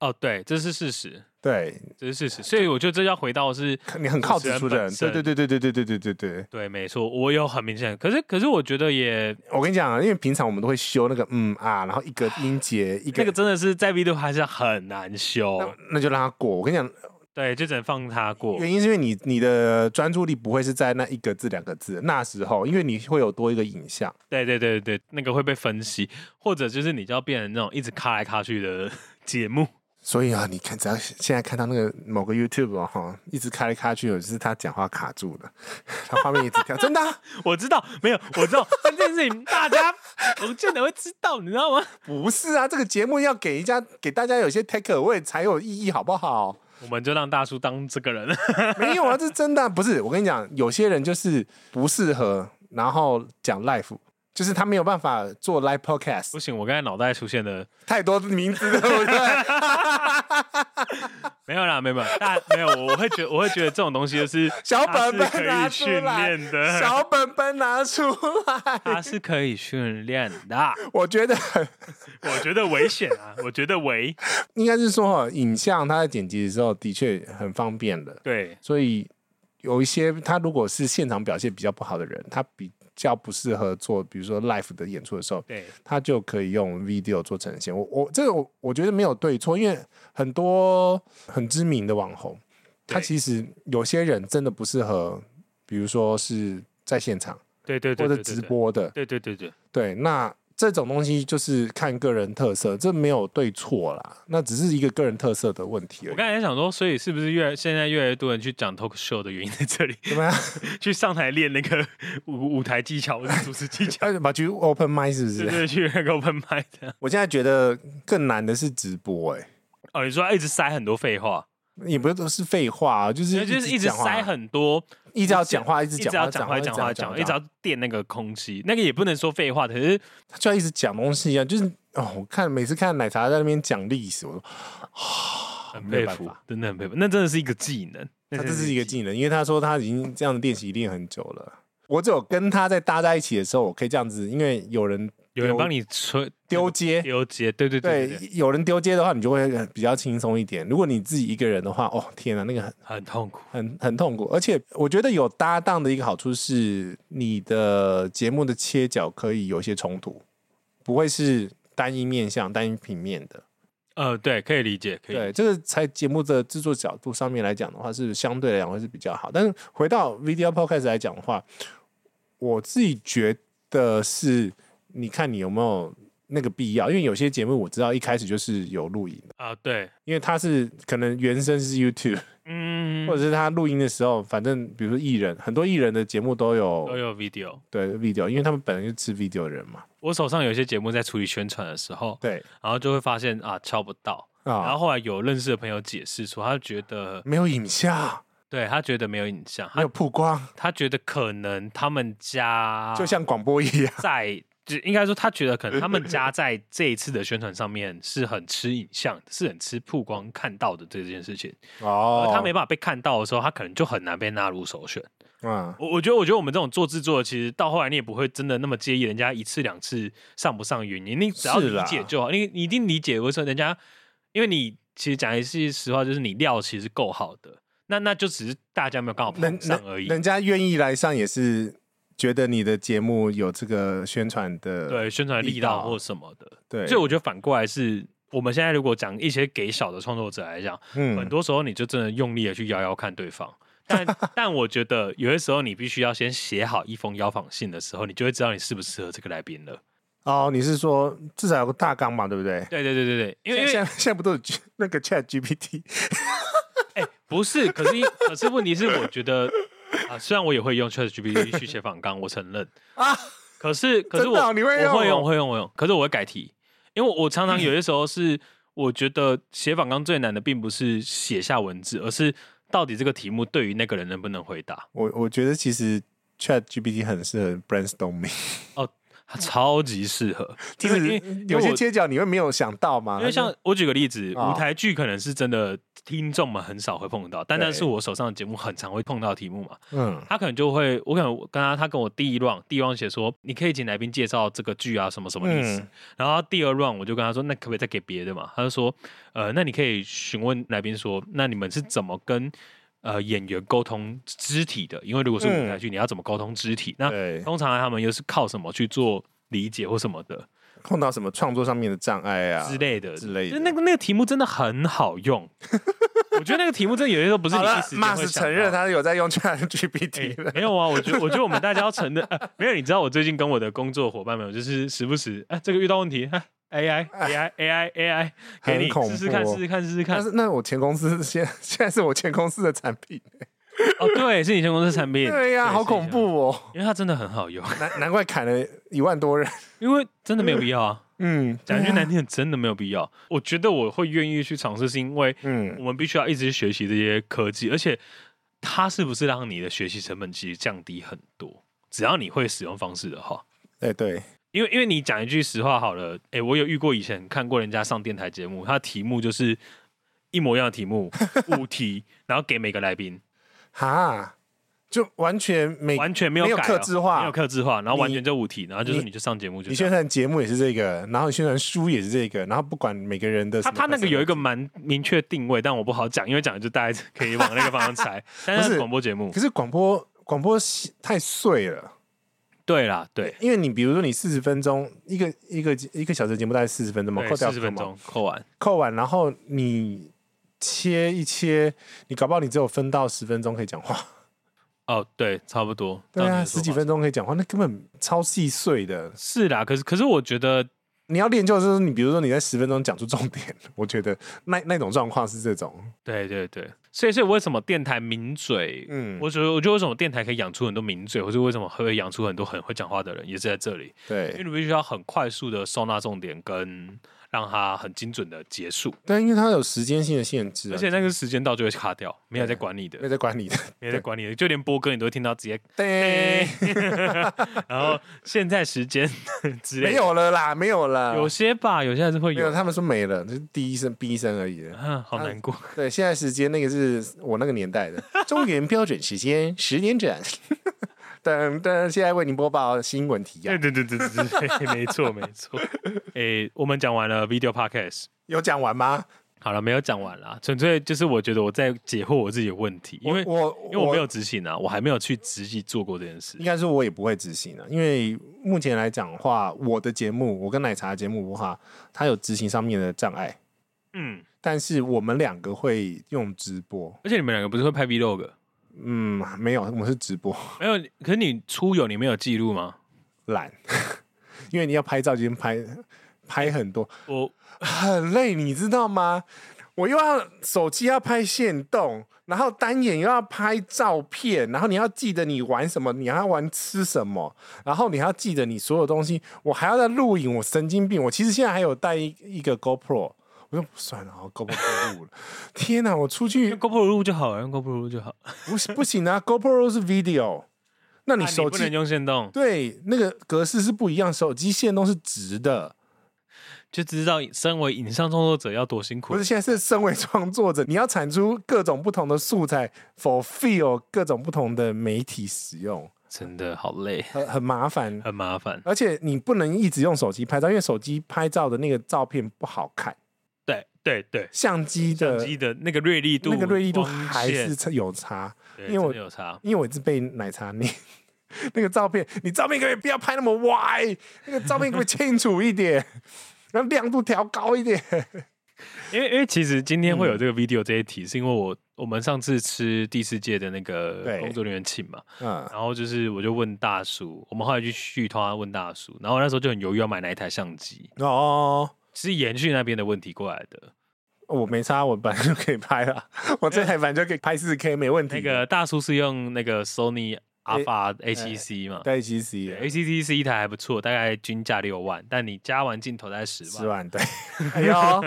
Speaker 1: 哦，对，这是事实，
Speaker 2: 对，
Speaker 1: 这是事实。所以我觉得这要回到是
Speaker 2: 你很靠指出的人，
Speaker 1: 主持
Speaker 2: 对
Speaker 1: 人本
Speaker 2: 对对对对对对对对对。
Speaker 1: 对，没错，我有很明显，可是可是我觉得也
Speaker 2: 我跟你讲啊，因为平常我们都会修那个嗯啊，然后一个音 节一
Speaker 1: 那
Speaker 2: 个哦
Speaker 1: 个，真的是在 V 六还是很难修，
Speaker 2: 那就让它过。我跟你讲，
Speaker 1: 对，就只能放它过。
Speaker 2: 原因是因为你你的专注力不会是在那一个字两个字，那时候因为你会有多一个影像。
Speaker 1: 对对对对，那个会被分析，或者就是你就要变成那种一直卡来卡去的 节目。
Speaker 2: 所以啊，你看，只要现在看到那个某个 YouTube 哦，哈一直开来开去，就是他讲话卡住了， 他画面一直跳，真的啊、
Speaker 1: 我知道，没有，我知道，但这件事情大家不见得会知道，你知道吗？
Speaker 2: 不是啊，这个节目要给一家给大家有些 take away 才有意义，好不好？
Speaker 1: 我们就让大叔当这个人。
Speaker 2: 没有啊，这是真的啊、不是。我跟你讲，有些人就是不适合，然后讲 life，就是他没有办法做 live podcast，
Speaker 1: 不行，我刚才脑袋出现了，
Speaker 2: 太多名字了，对不对？
Speaker 1: 没有啦，没有，没有，大没有，我我会觉得，我会觉得这种东西 就是
Speaker 2: 小
Speaker 1: 它
Speaker 2: 本
Speaker 1: 是
Speaker 2: 本
Speaker 1: 可
Speaker 2: 拿
Speaker 1: 以
Speaker 2: 出
Speaker 1: 训
Speaker 2: 来
Speaker 1: 练，的，
Speaker 2: 小本本拿出来，
Speaker 1: 它是可以训练的。啊
Speaker 2: 我觉得
Speaker 1: 我觉得危险啊，我觉得危，
Speaker 2: 应该是说哈，影像它在剪辑的时候的确很方便的，
Speaker 1: 对，
Speaker 2: 所以有一些他如果是现场表现比较不好的人，他比较不适合做，比如说 live 的演出的时候，
Speaker 1: 对，
Speaker 2: 他就可以用 video 做呈现。我我这个我我觉得没有对错，因为很多很知名的网红，他
Speaker 1: 对
Speaker 2: 其实有些人真的不适合，比如说是在现场
Speaker 1: 对对
Speaker 2: 或
Speaker 1: 对，
Speaker 2: 者
Speaker 1: 对
Speaker 2: 直，播的，
Speaker 1: 对对对对对
Speaker 2: 对，那这种东西就是看个人特色，这没有对错啦，那只是一个个人特色的问题而
Speaker 1: 我
Speaker 2: 已。
Speaker 1: 刚才想说，所以是不是越现在越来越多人去讲 talk show 的原因在这里，
Speaker 2: 怎么样？
Speaker 1: 去上台练那个舞舞台技巧或者主持技巧，
Speaker 2: 哎，把局 open m i 是不？
Speaker 1: 就是
Speaker 2: 啊
Speaker 1: 是去那个 open mic 的。
Speaker 2: 我现在觉得更难的是直播、哎，
Speaker 1: 哦，你说要一直塞很多废话，
Speaker 2: 也不是都是废话、啊，就是
Speaker 1: 就是一直
Speaker 2: 讲话
Speaker 1: 塞，很多，
Speaker 2: 一直要讲话，一直
Speaker 1: 一
Speaker 2: 讲
Speaker 1: 直
Speaker 2: 话，
Speaker 1: 要讲话，讲话，讲话，一直要
Speaker 2: 讲
Speaker 1: 垫那个空隙。那个也不能说废话，可是
Speaker 2: 他就要一直讲东西一样，就是哦，我看每次看奶茶在那边讲历史，我说
Speaker 1: 很
Speaker 2: 哦没有
Speaker 1: 佩
Speaker 2: 办
Speaker 1: 服
Speaker 2: 法，
Speaker 1: 真的很佩服。那真的是一个技能，那
Speaker 2: 他
Speaker 1: 真
Speaker 2: 这
Speaker 1: 的
Speaker 2: 是一个技能，因为他说他已经这样练习练很久了。我只有跟他在搭在一起的时候，我可以这样子，因为有人
Speaker 1: 有人
Speaker 2: 丢
Speaker 1: 帮你吹
Speaker 2: 丢接，
Speaker 1: 丢接，对对对对
Speaker 2: 对
Speaker 1: 对，，
Speaker 2: 有人丢接的话，你就会比较轻松一点。如果你自己一个人的话，哦，天哪，那个很
Speaker 1: 很痛苦。
Speaker 2: 很很痛苦。而且我觉得有搭档的一个好处是，你的节目的切角可以有一些冲突，不会是单一面向、单一平面的。
Speaker 1: 呃，对，可以理解，可以理解
Speaker 2: 对，这个在节目的制作角度上面来讲的话，是相对来讲会是比较好。但是回到 video podcast 来讲的话，我自己觉得是，你看你有没有那个必要？因为有些节目我知道一开始就是有录影的。
Speaker 1: 啊、对，
Speaker 2: 因为他是可能原声是 YouTube，、
Speaker 1: 嗯，
Speaker 2: 或者是他录音的时候，反正比如说艺人，很多艺人的节目都有
Speaker 1: 都有 video。
Speaker 2: 对 video，因为他们本来就吃 video 的人嘛。
Speaker 1: 我手上有一些节目在处理宣传的时候，
Speaker 2: 对
Speaker 1: 然后就会发现啊敲不到，然
Speaker 2: 啊
Speaker 1: 后，后来有认识的朋友解释说，他觉得
Speaker 2: 没有影像，
Speaker 1: 对他觉得没有影像，
Speaker 2: 没有
Speaker 1: 他
Speaker 2: 曝光，
Speaker 1: 他觉得可能他们家
Speaker 2: 就像广播一样。
Speaker 1: 在。就应该说，他觉得可能他们家在这一次的宣传上面是很吃影像，是很吃曝光看到的这件事情。
Speaker 2: 哦
Speaker 1: 呃而他没办法被看到的时候，他可能就很难被纳入首选。
Speaker 2: 啊，
Speaker 1: 我我觉得，我觉得我们这种做制作的，其实到后来你也不会真的那么介意人家一次两次上不上云，你你只要
Speaker 2: 是
Speaker 1: 理
Speaker 2: 啦
Speaker 1: 解就好，你你一定理解为什么人家，因为你其实讲一句实话，就是你料其实够好的，那那就只是大家没有刚好
Speaker 2: 人
Speaker 1: 碰上而
Speaker 2: 人
Speaker 1: 已。
Speaker 2: 人家愿意来上也是觉得你的节目有这个宣传的，
Speaker 1: 对宣传力道
Speaker 2: 力道
Speaker 1: 或什么的，
Speaker 2: 对，
Speaker 1: 所以我觉得反过来是，我们现在如果讲一些给小的创作者来讲，
Speaker 2: 嗯
Speaker 1: 很多时候你就真的用力的去邀邀看对方。 但但我觉得有些时候你必须要先写好一封邀访信的时候，你就会知道你适不适合这个来宾了。
Speaker 2: 哦，你是说至少有个大纲嘛，对不对？
Speaker 1: 对对对对对，因为因为
Speaker 2: 现在现在不都有 G- 那个 Chat GPT
Speaker 1: 哎不是，可是因可是问题是，我觉得啊，虽然我也会用 ChatGPT 去写访纲，我承认
Speaker 2: 啊？
Speaker 1: 可是可是
Speaker 2: 真
Speaker 1: 我
Speaker 2: 的哦你会用
Speaker 1: 我会
Speaker 2: 哦
Speaker 1: 用我会用我会用，可是我会改题，因为我常常有些时候是我觉得写访纲最难的，并不是写下文字，而是到底这个题目对于那个人能不能回答。
Speaker 2: 我我觉得其实 Chat GPT 很适合 brainstorming，
Speaker 1: 它超级适合，
Speaker 2: 就
Speaker 1: 因为因为
Speaker 2: 嗯是
Speaker 1: 因为
Speaker 2: 有
Speaker 1: 我
Speaker 2: 些街角你会没有想到嘛，
Speaker 1: 因为像我举个例子，
Speaker 2: 啊
Speaker 1: 舞台剧可能是真的听众们很少会碰到，但
Speaker 2: 对
Speaker 1: 那是我手上的节目很常会碰到的题目嘛。
Speaker 2: 嗯
Speaker 1: 他可能就会，我可能跟他他跟我第一 round 第一 round 写说，你可以请来宾介绍这个剧啊什么什么意思。
Speaker 2: 嗯
Speaker 1: 然后第二 round 我就跟他说，那可不可以再给别的嘛？他就说，呃，那你可以询问来宾说，那你们是怎么跟呃演员沟通肢体的？因为如果是舞台剧，你要怎么沟通肢体？那
Speaker 2: 嗯对
Speaker 1: 通常他们又是靠什么去做理解或什么的？
Speaker 2: 碰到什么创作上面的障碍啊
Speaker 1: 之类的
Speaker 2: 之类的
Speaker 1: 那个那个题目真的很好 用，我觉得那个题目真的有些时候不是
Speaker 2: 好
Speaker 1: 你
Speaker 2: 了
Speaker 1: 一时间
Speaker 2: 马
Speaker 1: 会
Speaker 2: 斯
Speaker 1: 想
Speaker 2: 承认
Speaker 1: 到。
Speaker 2: 他有在用 Chat
Speaker 1: 哎
Speaker 2: GPT 了，
Speaker 1: 没有啊，我觉得我觉得我们大家要承认、呃没有。你知道我最近跟我的工作伙伴们，就是时不时哎、这个遇到问题、哎 AI AI AI AI 给你
Speaker 2: 很恐怖
Speaker 1: 试试看试试看试试看
Speaker 2: 但。是那我前公司现现在是我前公司的产品，
Speaker 1: 哦，对，是你前公司产品。
Speaker 2: 对呀，
Speaker 1: 对啊
Speaker 2: 好恐，
Speaker 1: 是你前
Speaker 2: 怖哦，
Speaker 1: 因为它真的很好用，
Speaker 2: 难难怪砍了一万多人，
Speaker 1: 因为真的没有必要啊。
Speaker 2: 嗯，
Speaker 1: 讲一句难听的，真的没有必要。我觉得我会愿意去尝试，是因为
Speaker 2: 嗯，
Speaker 1: 我们必须要一直学习这些科技，而且它是不是让你的学习成本其实降低很多？只要你会使用方式的话，
Speaker 2: 对哎对，
Speaker 1: 因为因为你讲一句实话好了，诶，我有遇过以前看过人家上电台节目，他题目就是一模一样的题目五题，然后给每个来宾
Speaker 2: 哈，就完全每
Speaker 1: 完全没有
Speaker 2: 没有
Speaker 1: 改哦
Speaker 2: 客制化
Speaker 1: 没有克制化，然后完
Speaker 2: 你
Speaker 1: 全就五题，然后就是
Speaker 2: 你
Speaker 1: 你就上节目就
Speaker 2: 你
Speaker 1: 这样。
Speaker 2: 宣传节目也是这个，然后你宣传书也是这个，然后不管每个人的
Speaker 1: 他
Speaker 2: 什么
Speaker 1: 他那个有一个
Speaker 2: personality，
Speaker 1: 蛮明确定位，但我不好讲，因为讲就大家可以往那个方向 猜。但
Speaker 2: 不
Speaker 1: 是
Speaker 2: 是
Speaker 1: 广播节目
Speaker 2: 可，是广播广播系太碎了，
Speaker 1: 对啦，对，
Speaker 2: 因为你比如说你四十分钟一个一个一个小时的节目大概四十分钟嘛，扣掉
Speaker 1: 四十分
Speaker 2: 嘛，
Speaker 1: 钟扣完。
Speaker 2: 扣完然后你切一切，你搞不好你只有分到十分钟可以讲话，
Speaker 1: 哦，对，差不多。
Speaker 2: 对
Speaker 1: 照你
Speaker 2: 啊，
Speaker 1: 的说
Speaker 2: 十几
Speaker 1: 法
Speaker 2: 分钟可以讲话，那根本超细碎的。
Speaker 1: 是啦，可是可是我觉得
Speaker 2: 你要练就是你比如说你在十分钟讲出重点，我觉得那那种状况是这种，
Speaker 1: 对对对，所以所以为什么电台名嘴？
Speaker 2: 嗯，
Speaker 1: 我觉得，我觉得为什么电台可以养出很多名嘴，或者为什么会养出很多很会讲话的人，也是在这里，因为
Speaker 2: 对，
Speaker 1: 你必须要很快速的收纳重点，跟让它很精准的结束，
Speaker 2: 但因为它有时间性的限制、啊，
Speaker 1: 而且那个时间到就会卡掉，没有在管你的
Speaker 2: 没，有在管你的，
Speaker 1: 没有在管你的，就连播歌你都会听到直接，
Speaker 2: 对，
Speaker 1: 然后现在时间 之类的
Speaker 2: 没，有了啦，没有了，
Speaker 1: 有些吧，有些还是会
Speaker 2: 没有？
Speaker 1: 有，
Speaker 2: 他们说没了，就是第一声、第一声而 已。
Speaker 1: 嗯，好难过。
Speaker 2: 对，现在时间那个是我那个年 代的中原标准时间十点 整。等等，现在为您播报新闻提要
Speaker 1: 对。对对对对对，没错没错。诶、我们讲完了 video podcast，
Speaker 2: 有讲完吗？
Speaker 1: 好了，没有讲完啦，纯粹就是我觉得我在解惑我自己的问题，因为
Speaker 2: 我
Speaker 1: 因为我没有执行啊，我还没有去实际做过这件事
Speaker 2: 应。该说我也不会执行啊了，因为目前来讲的话，我的节目，我跟奶茶的节目的话，它有执行上面的障碍，
Speaker 1: 嗯，
Speaker 2: 但是我们两个会用直播，
Speaker 1: 而且你们两个不是会拍 vlog？
Speaker 2: 嗯，没有，我们是直播
Speaker 1: 没有，可是你出游你没有记录吗？
Speaker 2: 懒， 因为你要拍照，今天拍拍很多，
Speaker 1: 我
Speaker 2: 很累，你知道吗？我又要手机要拍线动，然后单眼又要拍照片，然后你要记得你玩什么，你还要玩吃什么，然后你还要记得你所有东西，我还要在录影，我神经病！我其实现在还有带一一个 GoPro，我说算了，好 GoPro 不录了。 天哪，我出去
Speaker 1: 用 GoPro 录就好啊了，用 GoPro 录就好。
Speaker 2: 不是不行啊，GoPro 是 video，那你
Speaker 1: 啊
Speaker 2: 手
Speaker 1: 不
Speaker 2: 机、
Speaker 1: 能用线动，
Speaker 2: 对那个格式是不一样，手机线动是直的，
Speaker 1: 就知道身为影像创作者要多辛苦
Speaker 2: 不。是，现在是身为创作者，你要产出各种不同的素材，for feel 各种不同的媒体使用，
Speaker 1: 真的好累，
Speaker 2: 很很麻烦。
Speaker 1: 很麻烦。
Speaker 2: 而且你不能一直用手机拍照，因为手机拍照的那个照片不好看，
Speaker 1: 对对对，
Speaker 2: 相机
Speaker 1: 相
Speaker 2: 的
Speaker 1: 机的那个锐利度，
Speaker 2: 那个锐利度
Speaker 1: 光
Speaker 2: 还
Speaker 1: 线
Speaker 2: 是有差。
Speaker 1: 对
Speaker 2: 因为我
Speaker 1: 真的有差。
Speaker 2: 因为我一直被奶茶念，那个照片，你照片可不可以不要拍那么歪？那个照片可不可以清楚一点？ 然后亮度调高一点。
Speaker 1: 因为因为其实今天会有这个 video 这一题，是因为我我们上次吃第四届的那个
Speaker 2: 对
Speaker 1: 工作人员请嘛，
Speaker 2: 嗯，
Speaker 1: 然后就是我就问大叔，我们后来去续通啊话问大叔，然后那时候就很犹豫要买哪一台相机，
Speaker 2: 哦，
Speaker 1: 是延续那边的问题过来的。
Speaker 2: 我没差，我本来就可以拍了，我这台反正就可以拍四 K 没问题
Speaker 1: 那
Speaker 2: 的。
Speaker 1: 个大叔是用那个 Sony Alpha
Speaker 2: 哎
Speaker 1: A7C 嘛
Speaker 2: 带 G C
Speaker 1: ，A7C 是一台还不错，大概均价六万，但你加完镜头大概十
Speaker 2: 十
Speaker 1: 万。
Speaker 2: 万对，哎呦，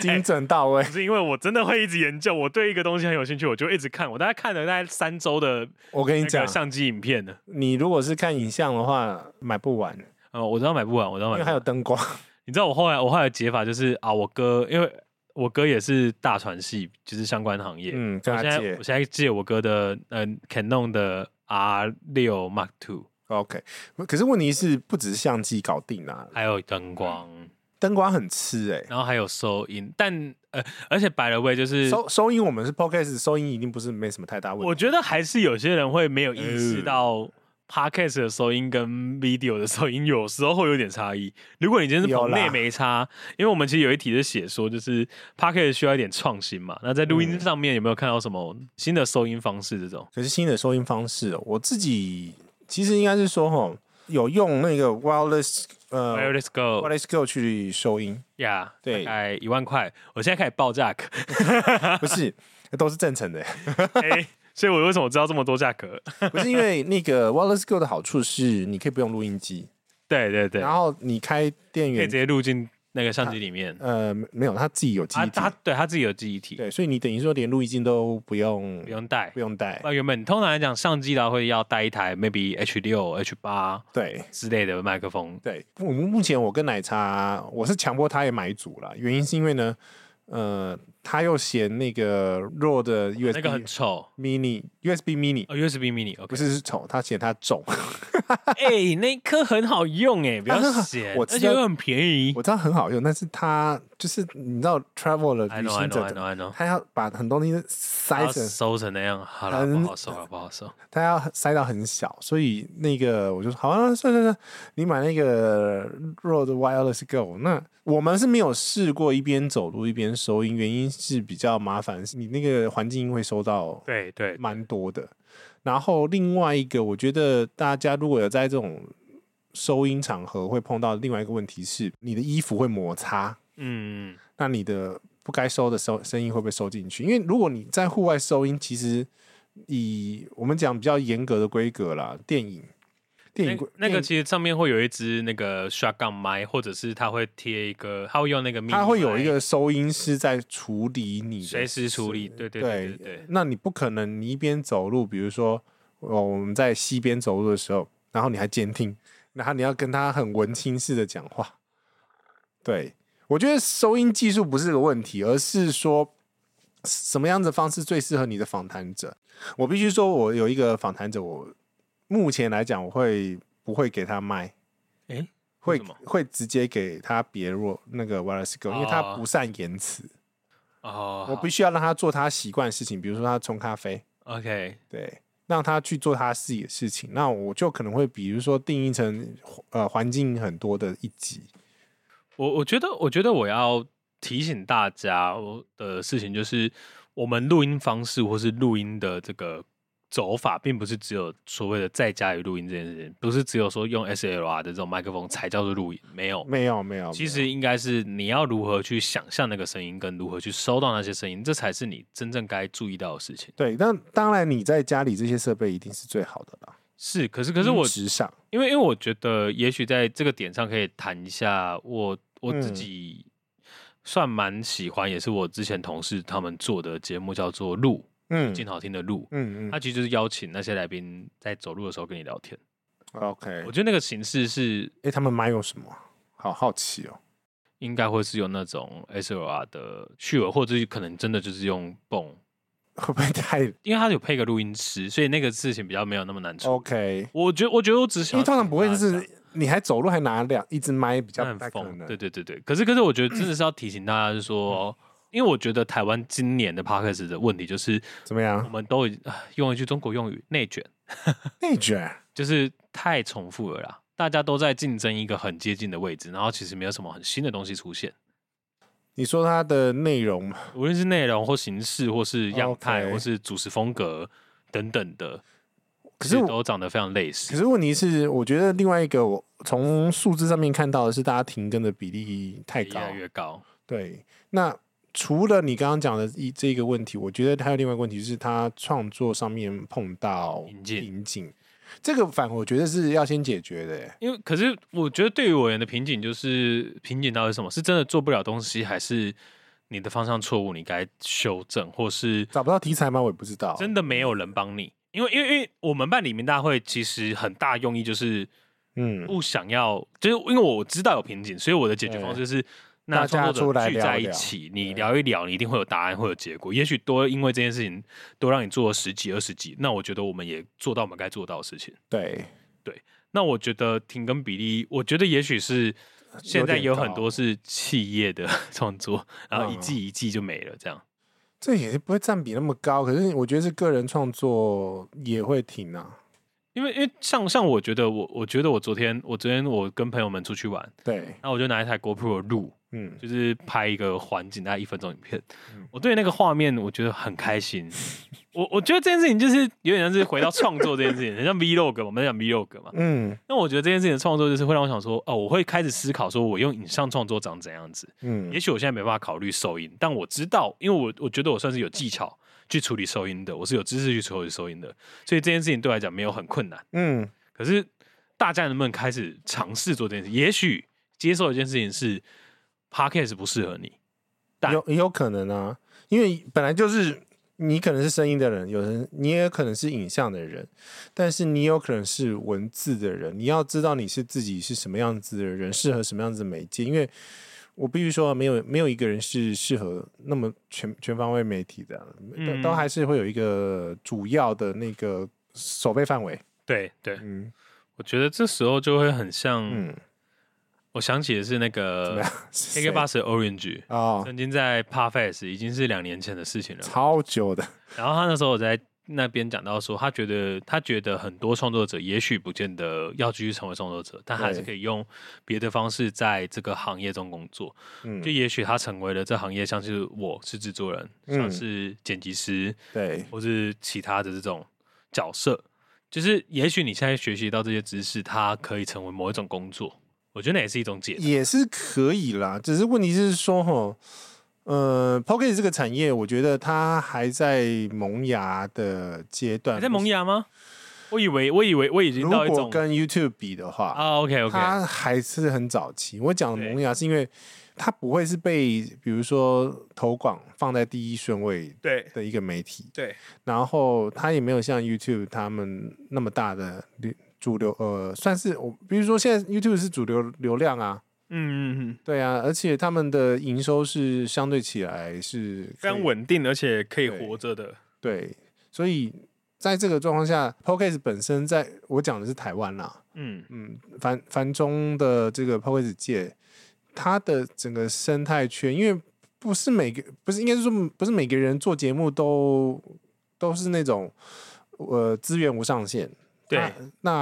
Speaker 2: 精准到位
Speaker 1: 不。是因为我真的会一直研究，我对一个东西很有兴趣，我就一直看，我大概看了大概三周的
Speaker 2: 我跟你
Speaker 1: 那
Speaker 2: 讲
Speaker 1: 个，相机影片呢。
Speaker 2: 你如果是看影像的话，买不完，因
Speaker 1: 呃，我知道买不完，我知道买
Speaker 2: 为
Speaker 1: 不
Speaker 2: 还
Speaker 1: 完。
Speaker 2: 有灯光。
Speaker 1: 你知道我后来我后来的解法就是啊，我哥因为我哥也是大船系，就是相关行业。
Speaker 2: 嗯，跟
Speaker 1: 我
Speaker 2: 他
Speaker 1: 现在
Speaker 2: 借
Speaker 1: 我。现在借我哥的呃 Canon 的 R 六 Mark Two，
Speaker 2: OK，可是问题是，不只是相机搞定啊，
Speaker 1: 还有灯光，
Speaker 2: 嗯灯光很吃哎、
Speaker 1: 然后还有收音，但呃，而且摆了位就是。
Speaker 2: 收收音，我们是 podcast，收音一定不是没什么太大问
Speaker 1: 我
Speaker 2: 题。
Speaker 1: 觉得还是有些人会没有意识
Speaker 2: 嗯
Speaker 1: 到 podcast 的收音跟 video 的收音有时候会有点差异。如果你今天是
Speaker 2: 有
Speaker 1: 棚内
Speaker 2: 啦
Speaker 1: 没差，因为我们其实有一题是写说，就是 podcast 需要一点创新嘛。那在录
Speaker 2: 嗯
Speaker 1: 音上面有没有看到什么新的收音方式？这种
Speaker 2: 可是新的收音方式哦，我自己其实应该是说，吼，有用那个 wireless 呃
Speaker 1: wireless go
Speaker 2: wireless go 去 收音，
Speaker 1: yeah，
Speaker 2: 对
Speaker 1: 大概一万块，我现在开始报价格，
Speaker 2: 不是都是正 常的，
Speaker 1: 哎所以我为什么知道这么多价格？
Speaker 2: 不是因为那个 wireless go 的好处是你可以不用录音机，
Speaker 1: 对对对，
Speaker 2: 然后你开电
Speaker 1: 可以
Speaker 2: 源
Speaker 1: 直，接录进那个相机里面。
Speaker 2: 呃，没有，它自己有记
Speaker 1: 他
Speaker 2: 忆体
Speaker 1: 他，对他自己有记忆体，
Speaker 2: 对，所以你等于说连录音机都不用
Speaker 1: 不用带
Speaker 2: 不。用带，
Speaker 1: 那原本通常来讲，相机的话会要带一台 maybe H 六、H 八
Speaker 2: 对。
Speaker 1: 之类的麦克风。
Speaker 2: 对，我们目前我跟奶茶，我是强迫他也买一组了，原因是因为呢，呃，他又嫌那个弱的 USB、
Speaker 1: 那个很丑
Speaker 2: mini USB mini
Speaker 1: 哦，USB mini
Speaker 2: 不
Speaker 1: OK，
Speaker 2: 是是丑，他嫌它重。
Speaker 1: 哎，那一颗很好用哎，不要
Speaker 2: 它很好
Speaker 1: 嫌，
Speaker 2: 我
Speaker 1: 而
Speaker 2: 知
Speaker 1: 且
Speaker 2: 道
Speaker 1: 又很便宜。
Speaker 2: 我知道很好用，但是他就是你知道 travel 的
Speaker 1: I
Speaker 2: 旅
Speaker 1: know, I know, I
Speaker 2: 行者，
Speaker 1: know, I know。
Speaker 2: 他要把很多东西塞
Speaker 1: 要
Speaker 2: 成，
Speaker 1: 收成那样，好了，
Speaker 2: 很
Speaker 1: 不好收了，不好收。
Speaker 2: 他要塞到很小，所以那个我就说好啊，算算算，你买那个弱的 wireless go。那我们是没有试过一边走路一边收音，原因是比较麻烦，你那个环境音会收到
Speaker 1: 对对，
Speaker 2: 蛮多的。然后另外一个，我觉得大家如果有在这种收音场合会碰到另外一个问题是，你的衣服会摩擦，
Speaker 1: 嗯，
Speaker 2: 那你的不该收的收声音会不会收进去？因为如果你在户外收音，其实以我们讲比较严格的规格啦，电影电
Speaker 1: 那
Speaker 2: 影规
Speaker 1: 那个
Speaker 2: 电影
Speaker 1: 其实上面会有一支那个 shotgun 麦，或者是它会贴一个，它会用那个，
Speaker 2: 它会有一个收音师在处理你的
Speaker 1: 随时处理，
Speaker 2: 事
Speaker 1: 对对对
Speaker 2: 对
Speaker 1: 对对，
Speaker 2: 那你不可能你一边走路，比如说哦，我们在西边走路的时候，然后你还监听，然后你要跟他很文青式的讲话。对，我觉得收音技术不是个问题，而是说什么样子的方式最适合你的访谈者。我必须说，我有一个访谈者，我目前来讲，我会不会给他麦？
Speaker 1: 诶为
Speaker 2: 会
Speaker 1: 什么
Speaker 2: 会直接给他别弱那个 wireless go，因为他
Speaker 1: 哦
Speaker 2: 不善言辞。
Speaker 1: 哦，
Speaker 2: 我必须要让他做他习惯的事情，比如说他冲咖啡，
Speaker 1: 好 OK，
Speaker 2: 对，让他去做他自己的事情。那我就可能会比如说定义成呃环境很多的一集，
Speaker 1: 我我觉得，我觉得我要提醒大家我的事情就是，我们录音方式或是录音的这个走法，并不是只有所谓的在家里录音这件事情，不是只有说用 SLR 的这种麦克风才叫做录音，没有。
Speaker 2: 没有没有，
Speaker 1: 其
Speaker 2: 没有
Speaker 1: 实应该是你要如何去想象那个声音，跟如何去收到那些声音，这才是你真正该注意到的事情。
Speaker 2: 对，但当然你在家里这些设备一定是最好的啦。
Speaker 1: 是，可是可是我
Speaker 2: 音质上，
Speaker 1: 因为因为我觉得，也许在这个点上可以谈一下我我自己算蛮喜欢，也是我之前同事他们做的节目叫做《路
Speaker 2: 嗯》，
Speaker 1: 静好听的路。
Speaker 2: 嗯
Speaker 1: 它其实就是邀请那些来宾在走路的时候跟你聊天，
Speaker 2: 嗯，OK，
Speaker 1: 我
Speaker 2: 哎、
Speaker 1: 觉得那个形式是
Speaker 2: 诶他们买有什么啊？好好奇哦，
Speaker 1: 应该会是用那种 SLR 的续耳，或者是可能真的就是用泵，
Speaker 2: 会不 会太
Speaker 1: 因为它有配个录音师，所以那个事情比较没有那么难处理。
Speaker 2: OK？
Speaker 1: 我觉得，我觉得我只
Speaker 2: 哦因
Speaker 1: 想
Speaker 2: 为
Speaker 1: 要
Speaker 2: 通常不会
Speaker 1: 跟大家
Speaker 2: 是
Speaker 1: 讲
Speaker 2: 你还走路还拿两一支麦，比较
Speaker 1: 那
Speaker 2: 不太
Speaker 1: 很
Speaker 2: 可
Speaker 1: 疯，
Speaker 2: 能。嗯
Speaker 1: 对对对对。可是可是，我觉得真的是要提醒大家，就是说，因为我觉得台湾今年的 p a c k a g e 的问题就是，
Speaker 2: 怎么
Speaker 1: 我
Speaker 2: 样？
Speaker 1: 们都已啊用一句中国用语“内卷
Speaker 2: 内卷，”，
Speaker 1: 就是太重复了啦。大家都在竞争一个很接近的位置，然后其实没有什么很新的东西出现，
Speaker 2: 你说它的内容吗
Speaker 1: 无论是内容或形式，或是样态
Speaker 2: OK
Speaker 1: 或是主持风格等等的，
Speaker 2: 可
Speaker 1: 其
Speaker 2: 是
Speaker 1: 实
Speaker 2: 我
Speaker 1: 都长得非常类似
Speaker 2: 可。是问题是，我觉得另外一个我从数字上面看到的是，大家停更的比例太
Speaker 1: 越
Speaker 2: 高。
Speaker 1: 来越高，
Speaker 2: 对，那除了你刚刚讲的一这个问题，我觉得还有另外一个问题就是，他创作上面碰到
Speaker 1: 瓶颈
Speaker 2: 瓶颈，这个反而我觉得是要先解决的欸。
Speaker 1: 因为可是我觉得对于我人的瓶颈就是瓶颈到底是什么？是真的做不了东西，还是你的方向错误，你该修正，或是
Speaker 2: 找不到题材吗？我也不知道。
Speaker 1: 真的没有人帮你？因为因为因为我们办里面大会其实很大用意就是
Speaker 2: 嗯，
Speaker 1: 不想要，就是因为我知道有瓶颈，所以我的解决方式是。那
Speaker 2: 大家
Speaker 1: 创
Speaker 2: 出
Speaker 1: 作者
Speaker 2: 来
Speaker 1: 聚
Speaker 2: 聊
Speaker 1: 在一
Speaker 2: 聊
Speaker 1: 起，你聊一聊，你一定会有答案，会有结果。也许多因为这件事情多让你做了十几、二十集，那我觉得我们也做到我们该做到的事情。
Speaker 2: 对，
Speaker 1: 那我觉得停更比例，我觉得也许是现在有很多是企业的创作，
Speaker 2: 嗯
Speaker 1: 然后一季一季就没了这样。
Speaker 2: 这也不会占比那么高，可是我觉得是个人创作也会停啊。
Speaker 1: 因为因为像像我觉得我我觉得我昨天我昨天我跟朋友们出去玩，
Speaker 2: 对，
Speaker 1: 然后我就拿一台 GoPro 录，
Speaker 2: 嗯，
Speaker 1: 就是拍一个环境，大概一分钟影片。我对那个画面我觉得很开心。我我觉得这件事情就是有点像是回到创作这件事情，很像 Vlog 嘛，我们在讲 Vlog 嘛。
Speaker 2: 嗯
Speaker 1: 那我觉得这件事情的创作就是会让我想说，哦，我会开始思考说我用影像创作长怎样子。
Speaker 2: 嗯
Speaker 1: 也，许我现在没办法考虑收音，但我知道，因为我我觉得我算是有技巧去处理收音的，我是有知识去处理收音的，所以这件事情对我来讲没有很困难。
Speaker 2: 嗯，
Speaker 1: 可是大家能不能开始尝试做这件事？也许接受一件事情是 podcast 不适合你，但
Speaker 2: 有也有可能啊，因为本来就是你可能是声音的人，有人你也可能是影像的人，但是你有可能是文字的人，你要知道你是自己是什么样子的人，适合什么样子的媒介，因为。我必须说啊，没有没有一个人是适合那么全全方位媒体的啊，
Speaker 1: 嗯
Speaker 2: 都都还是会有一个主要的那个守备范围。
Speaker 1: 对对，
Speaker 2: 嗯
Speaker 1: 我觉得这时候就会很像，
Speaker 2: 嗯，
Speaker 1: 我想起的是那 个
Speaker 2: 是
Speaker 1: KK
Speaker 2: 谁
Speaker 1: Bus 的 Orange。
Speaker 2: 哦，
Speaker 1: 曾经在 p a f a s 已经是两年前的事情了，
Speaker 2: 超久的，
Speaker 1: 然后他那时候我在那边讲到说，他觉得他觉得很多创作者也许不见得要继续成为创作者，但还是
Speaker 2: 对
Speaker 1: 可以用别的方式在这个行业中工作。
Speaker 2: 嗯
Speaker 1: 就，也许他成为了这行业，像是我是制作人，
Speaker 2: 嗯
Speaker 1: 像是剪辑师，
Speaker 2: 对，
Speaker 1: 或是其他的这种角色。就是也许你现在学习到这些知识，它可以成为某一种工作，我觉得那也是一种解脱。
Speaker 2: 也是可以啦，只是问题是说哈，呃 p o c k e t 这个产业，我觉得它还在萌芽的阶段。
Speaker 1: 还在萌芽吗？我以为我以为我已经
Speaker 2: 如
Speaker 1: 到一
Speaker 2: 果
Speaker 1: 种
Speaker 2: 跟 YouTube 比的话，
Speaker 1: 啊，OK OK，
Speaker 2: 它还是很早期。我讲的萌芽是因为它不会是被比如说投广放在第一顺位
Speaker 1: 对
Speaker 2: 的一个媒体，
Speaker 1: 对，
Speaker 2: 然后它也没有像 YouTube 他们那么大的流主流，呃，算是我，比如说现在 YouTube 是主流流量啊，
Speaker 1: 嗯嗯嗯。
Speaker 2: 对啊，而且他们的营收是相对起来是
Speaker 1: 非
Speaker 2: 可以
Speaker 1: 常，稳定，而且可以
Speaker 2: 对
Speaker 1: 活着的。
Speaker 2: 对，所以在这个状况下 p o c a s t 本身在我讲的是台湾啦，
Speaker 1: 嗯，
Speaker 2: 嗯，繁繁中的这个 p o c a s t 界，它的整个生态圈，因为不是每个不是应该是说不是每个人做节目都都是那种呃资源无上限，
Speaker 1: 对
Speaker 2: 那，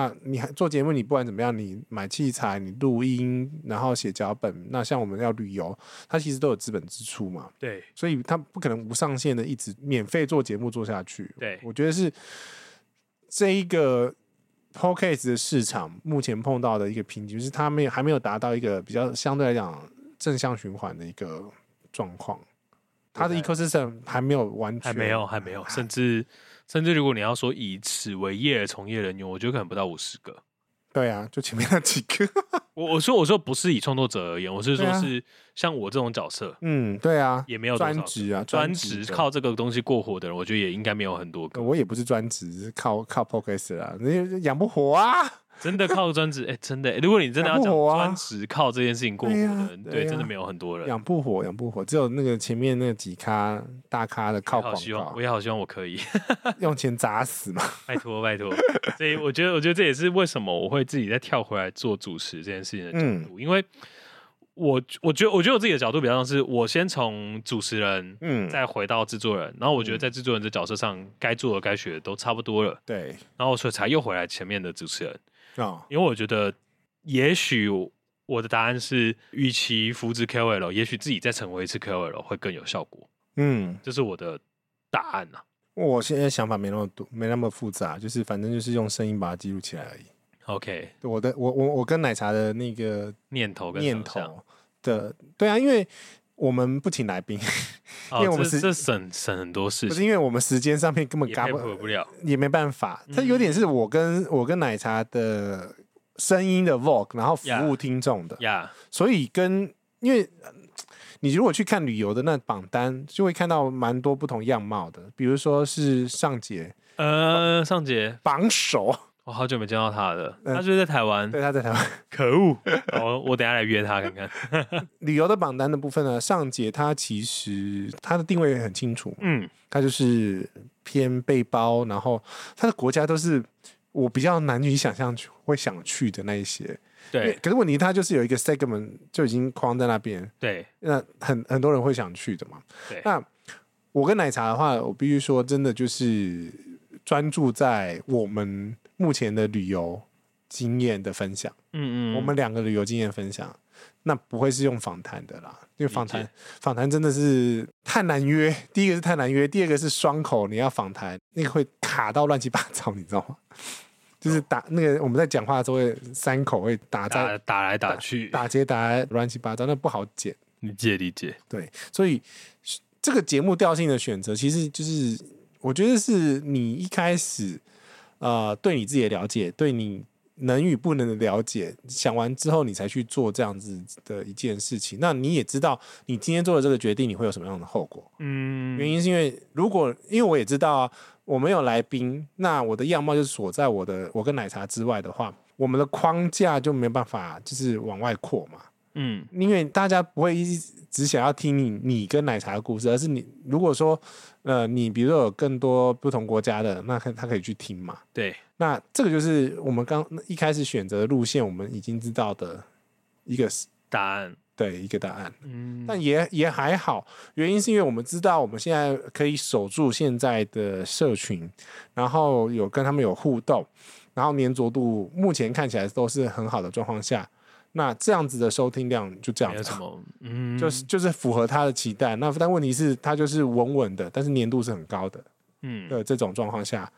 Speaker 2: 那你还做节目，你不管怎么样，你买器材，你录音，然后写脚本。那像我们要旅游，它其实都有资本支出嘛，
Speaker 1: 对，
Speaker 2: 所以它不可能无上限的一直免费做节目做下去。
Speaker 1: 对
Speaker 2: 我觉得是这一个 p o c a s t 的市场目前碰到的一个瓶颈，就是它没有还没有达到一个比较相对来讲正向循环的一个状况。它的 ecosystem 还没有完全，
Speaker 1: 还没有，还没有，甚至甚至，如果你要说以此为业的从业人员，我觉得可能不到五十个。
Speaker 2: 对啊，就前面那几个，
Speaker 1: 我我说我说不是以创作者而言，我是
Speaker 2: 对
Speaker 1: 说
Speaker 2: 啊
Speaker 1: 是像我这种角色
Speaker 2: 嗯，对啊，
Speaker 1: 也没有多少
Speaker 2: 专
Speaker 1: 个
Speaker 2: 职啊，
Speaker 1: 专
Speaker 2: 职
Speaker 1: 职
Speaker 2: 的
Speaker 1: 靠这个东西过活的人，我觉得也应该没有很多
Speaker 2: 呃
Speaker 1: 个。
Speaker 2: 我也不是专职，是靠靠 podcast 啦，那就养不活啊。
Speaker 1: 真的靠专职，哎、真的、如果你真的要讲
Speaker 2: 养不活啊
Speaker 1: 专职靠这件事情过活
Speaker 2: 对
Speaker 1: 的
Speaker 2: 呀
Speaker 1: 人，
Speaker 2: 对
Speaker 1: 对，真的
Speaker 2: 呀
Speaker 1: 没有很多人。
Speaker 2: 养不活，养不活，只有那个前面那几咖大咖的靠
Speaker 1: 我也
Speaker 2: 广
Speaker 1: 好希望，
Speaker 2: 告
Speaker 1: 我，也好希望我可以，
Speaker 2: 用钱砸死嘛。
Speaker 1: 拜托拜托。所以我觉得，我觉得这也是为什么我会自己再跳回来做主持这件事情的
Speaker 2: 嗯
Speaker 1: 角度，因为我我觉得我觉得我自己的角度比较像是我先从主持人，
Speaker 2: 嗯，
Speaker 1: 再回到制作人，然后我觉得在制作人这角色上，该做的该学的都差不多了，
Speaker 2: 对，
Speaker 1: 然后所以才又回来前面的主持人，
Speaker 2: 哦，
Speaker 1: 因为我觉得也许我的答案是，与其扶植 KOL，也许自己再成为一次 KOL 会更有效果，
Speaker 2: 嗯，
Speaker 1: 这是我的答案啊。
Speaker 2: 我现在想法没那么多，没那么复杂，就是反正就是用声音把它记录起来而已。
Speaker 1: OK，
Speaker 2: 我的，我我我跟奶茶的那个
Speaker 1: 念头跟
Speaker 2: 念
Speaker 1: 想象，
Speaker 2: 头的，对啊，因为我们不请来宾，因为我
Speaker 1: 哦，
Speaker 2: 们
Speaker 1: 这
Speaker 2: 是
Speaker 1: 这省省很多事
Speaker 2: 不是
Speaker 1: 情，
Speaker 2: 因为我们时间上面根本
Speaker 1: 也
Speaker 2: 嘎
Speaker 1: 配
Speaker 2: 不
Speaker 1: 合嗯不了。
Speaker 2: 也没办法，它有点是我跟我跟奶茶的声音的 vlog，然后服务
Speaker 1: Yeah
Speaker 2: 听众的，
Speaker 1: 呀
Speaker 2: 所以跟因为呃你如果去看旅游的那榜单，就会看到蛮多不同样貌的，比如说是上姐
Speaker 1: 呃，尚杰，
Speaker 2: 榜首，
Speaker 1: 我好久没见到他了，
Speaker 2: 嗯
Speaker 1: 他就是在台湾，
Speaker 2: 对，她在台湾
Speaker 1: 可恶，我我等一下来约他看 看。
Speaker 2: 旅游的榜单的部分呢，上姐她其实她的定位很清楚，
Speaker 1: 嗯，
Speaker 2: 她就是偏背包，然后她的国家都是我比较难以想象去会想去的那一些，因为
Speaker 1: 对
Speaker 2: 可是问题它就是有一个 segment 就已经框在那边，
Speaker 1: 对，
Speaker 2: 那很很多人会想去的嘛。
Speaker 1: 对
Speaker 2: 那我跟奶茶的话，我必须说，真的就是专注在我们目前的旅游经验的分享，
Speaker 1: 嗯嗯，
Speaker 2: 我们两个旅游经验分享，那不会是用访谈的啦，因为访
Speaker 1: 理
Speaker 2: 谈
Speaker 1: 解
Speaker 2: 访谈真的是太难约。 第一个是太难约，第二个是双口你要访谈，那个会卡到乱七八糟，你知道吗？ 就是打那个我们在讲话的时候会三口会打在
Speaker 1: 嗯打打来打去，
Speaker 2: 打结打得乱七八糟，那不好剪。
Speaker 1: 理解理解，
Speaker 2: 对，所以这个节目调性的选择，其实就是我觉得是你一开始呃对你自己的了解，对你能与不能的了解，想完之后你才去做这样子的一件事情。那你也知道你今天做的这个决定，你会有什么样的后果？
Speaker 1: 嗯，
Speaker 2: 原因是因为如果因为我也知道、啊、我没有来宾，那我的样貌就是锁在我的我跟奶茶之外的话，我们的框架就没办法就是往外扩嘛。
Speaker 1: 嗯
Speaker 2: 因为大家不会一直只想要听你你跟奶茶的故事，而是你如果说呃，你比如说有更多不同国家的，那可他可以去听嘛。
Speaker 1: 对，
Speaker 2: 那这个就是我们刚一开始选择的路线，我们已经知道的一个
Speaker 1: 答案，
Speaker 2: 对一个答案，
Speaker 1: 嗯，
Speaker 2: 但也也还好。原因是因为我们知道我们现在可以守住现在的社群，然后有跟他们有互动，然后粘着度目前看起来都是很好的状况下，那这样子的收听量就这样
Speaker 1: 没有
Speaker 2: 子
Speaker 1: 什么，嗯，
Speaker 2: 就是就是符合他的期待。那但问题是，他就是稳稳的，但是粘度是很高的
Speaker 1: 嗯
Speaker 2: 的这种状况下，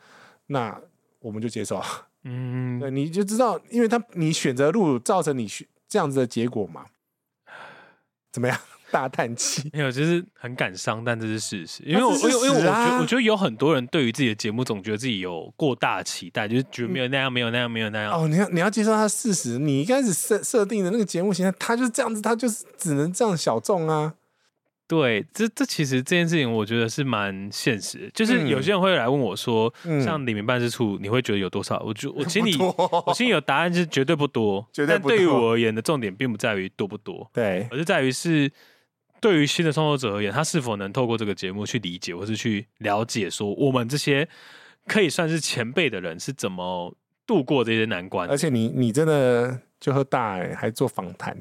Speaker 2: 那我们就接受。
Speaker 1: 嗯，
Speaker 2: 对，你就知道，因为他你选择路造成你选这样子的结果嘛？怎么样？ 大叹气。
Speaker 1: 没有，就是很感伤，但这是事实，因为
Speaker 2: 那
Speaker 1: 我
Speaker 2: 这是
Speaker 1: 因为因为我
Speaker 2: 事实
Speaker 1: 觉
Speaker 2: 啊
Speaker 1: 得我觉得有很多人对于自己的节目总觉得自己有过大期待，就是觉得没有那样，没有那样，没有那样，
Speaker 2: 嗯哦，你要你要接受它的事实。你一开始设设定的那个节目形象，它就是这样子，它就是只能这样小众啊。
Speaker 1: 对，这这其实这件事情我觉得是蛮现实的，就是
Speaker 2: 嗯
Speaker 1: 有些人会来问我说，
Speaker 2: 嗯
Speaker 1: 像李明办事处，你会觉得有多少？我就我心
Speaker 2: 不
Speaker 1: 里
Speaker 2: 多
Speaker 1: 我心里有答案是绝对不多，
Speaker 2: 绝对
Speaker 1: 但
Speaker 2: 不
Speaker 1: 对于
Speaker 2: 多
Speaker 1: 我而言的重点并不在于多不多，
Speaker 2: 对，
Speaker 1: 而是在于是对于新的创作者而言，他是否能透过这个节目去理解或是去了解，说我们这些可以算是前辈的人是怎么度过这些难关
Speaker 2: 而。且你你真的就喝大、欸，还做访谈，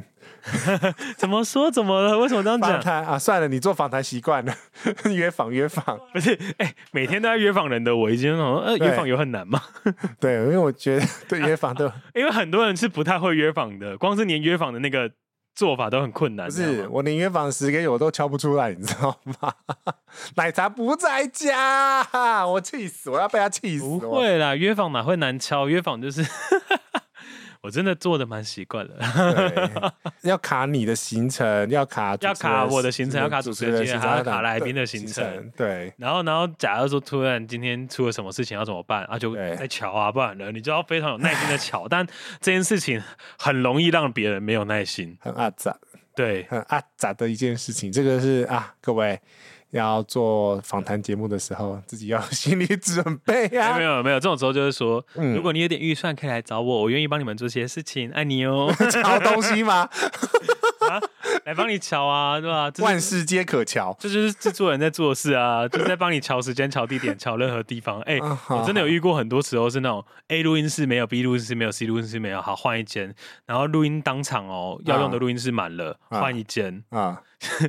Speaker 1: 怎么说？怎么了？为什么这样
Speaker 2: 访
Speaker 1: 讲？
Speaker 2: 谈啊，算了，你做访谈习惯了， 约访约访。
Speaker 1: 不是，哎、每天都在约访人的我，已经好像呃，
Speaker 2: 对
Speaker 1: 约访有很难吗？
Speaker 2: 对，因为我觉得对约访都
Speaker 1: 因为很多人是不太会约访的，光是连约访的那个做法都很困难。
Speaker 2: 不
Speaker 1: 你知
Speaker 2: 是
Speaker 1: 道吗，
Speaker 2: 我连约访十个我都敲不出来，你知道吗？奶茶不在家，我气死，我要被他气死。
Speaker 1: 不
Speaker 2: 我，
Speaker 1: 会啦，约访哪会难敲？约访就是， 我真的做的蛮习惯了。
Speaker 2: 对要卡你的行程，要卡主持人
Speaker 1: 要卡我的行程要卡主持人的行程还要卡
Speaker 2: 对
Speaker 1: 来宾的行
Speaker 2: 行
Speaker 1: 程
Speaker 2: 程，对。
Speaker 1: 然后，然后，假如说突然今天出了什么事情要怎么办啊？就
Speaker 2: 对
Speaker 1: 在瞧啊，不然呢，你就要非常有耐心的瞧。 但这件事情很容易让别人没有耐心。
Speaker 2: 很阿杂，
Speaker 1: 对，
Speaker 2: 很阿杂的一件事情，这个是啊，各位要做访谈节目的时候，自己要有 心理准备啊
Speaker 1: 哎没。有没有，这种时候就是说，
Speaker 2: 嗯
Speaker 1: 如果你有点预算，可以来找我，我愿意帮你们做些事情，爱你 哦，
Speaker 2: 瞧东西吗？
Speaker 1: 来帮你瞧啊，对吧？ 这
Speaker 2: 万
Speaker 1: 是
Speaker 2: 事皆可瞧。
Speaker 1: 这就是制作人在做的事啊， 就是在帮你瞧时间、瞧地点、瞧任何地方。哎、
Speaker 2: 啊
Speaker 1: 我真的有遇过很多时候是那种 A 录音室没有，B 录音室没有，C 录音室没有，好换一间，然后录音当场哦，要用的录音室满了，
Speaker 2: 啊
Speaker 1: 换一间，
Speaker 2: 啊，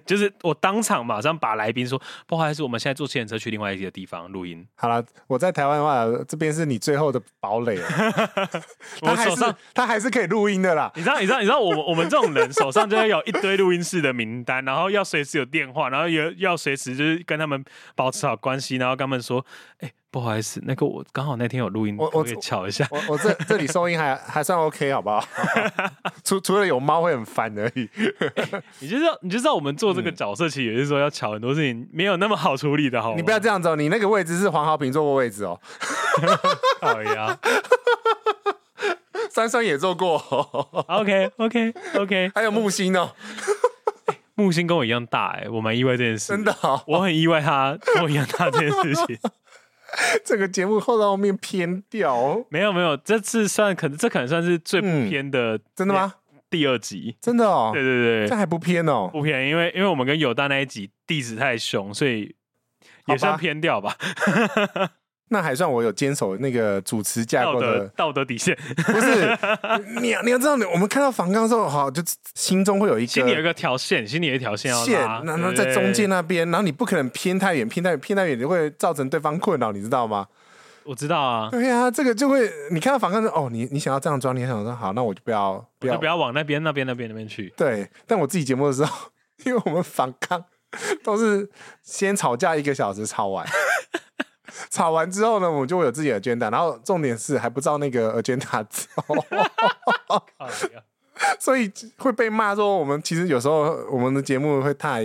Speaker 1: 就是我当场马上把来宾说，不好意思，我们现在坐电车去另外一个地方录音，
Speaker 2: 好了，我在台湾的话，这边是你最后的堡垒了。他
Speaker 1: 我
Speaker 2: 还
Speaker 1: 手
Speaker 2: 是
Speaker 1: 上
Speaker 2: 他还是可以录音的啦。
Speaker 1: 你知道，你知道，你知道，我们我们这种人手上就会有一堆录音室的名单，然后要随时有电话，然后也要随时就是跟他们保持好关系，然后跟他们说，哎、不好意思，那个我刚好那天有录音，
Speaker 2: 我
Speaker 1: 我
Speaker 2: 我
Speaker 1: 我可以瞧一下。
Speaker 2: 我我这这里收音还还算 OK，好不好？ 除除了有猫会很烦而已。
Speaker 1: 你就知道，你就知道我们做这个
Speaker 2: 嗯
Speaker 1: 角色，其实也是说要瞧很多事情，没有那么好处理的，好吗？
Speaker 2: 你不要这样子哦，你那个位置是黄豪平坐过位置哦，
Speaker 1: 好呀。
Speaker 2: 珊珊也坐过、 哦，
Speaker 1: OK OK OK，
Speaker 2: 还有木星哦，
Speaker 1: 木星跟我一样大哎、我蛮意外这件事，
Speaker 2: 真的、哦，
Speaker 1: 我很意外他跟我一样大这件事 情。
Speaker 2: 这个节目后到后面偏掉、哦，
Speaker 1: 没有没有，这次算可能这可能算是最不
Speaker 2: 嗯
Speaker 1: 偏的，
Speaker 2: 真的吗？？
Speaker 1: 第二集，
Speaker 2: 真的哦，
Speaker 1: 对对
Speaker 2: 这
Speaker 1: 对，
Speaker 2: 还不偏哦，
Speaker 1: 不偏，因为因为我们跟友大那一集地址太凶，所以
Speaker 2: 好吧
Speaker 1: 也算偏掉吧，
Speaker 2: 那还算我有坚守那个主持 架
Speaker 1: 道
Speaker 2: 构
Speaker 1: 德
Speaker 2: 的，
Speaker 1: 道德底线，
Speaker 2: 不是？你要你要知道，我们看到访纲的时候，好，就心中会有一个
Speaker 1: 心里有一个条线，心里有一条线要
Speaker 2: 线，
Speaker 1: 拉，
Speaker 2: 然后
Speaker 1: 对
Speaker 2: 在中间。那边，然后你不可能偏太远，偏太远，偏太远，你会造成对方困扰，你知道吗？
Speaker 1: 对我知道啊，
Speaker 2: 对呀、这个就会你看到反抗说哦，你你想要这样装，你还想说好，那我就不要不
Speaker 1: 我
Speaker 2: 要
Speaker 1: 就不要往那边、那边、那边、那边去。
Speaker 2: 对。但我自己节目的时候， 因为我们反抗都是先吵架一个小时，吵完， 吵完之后呢，我们就会有自己的 agenda，然后重点是还不知道那个 agenda 走，
Speaker 1: 哎呀
Speaker 2: 所以会被骂说我们其实有时候我们的节目会太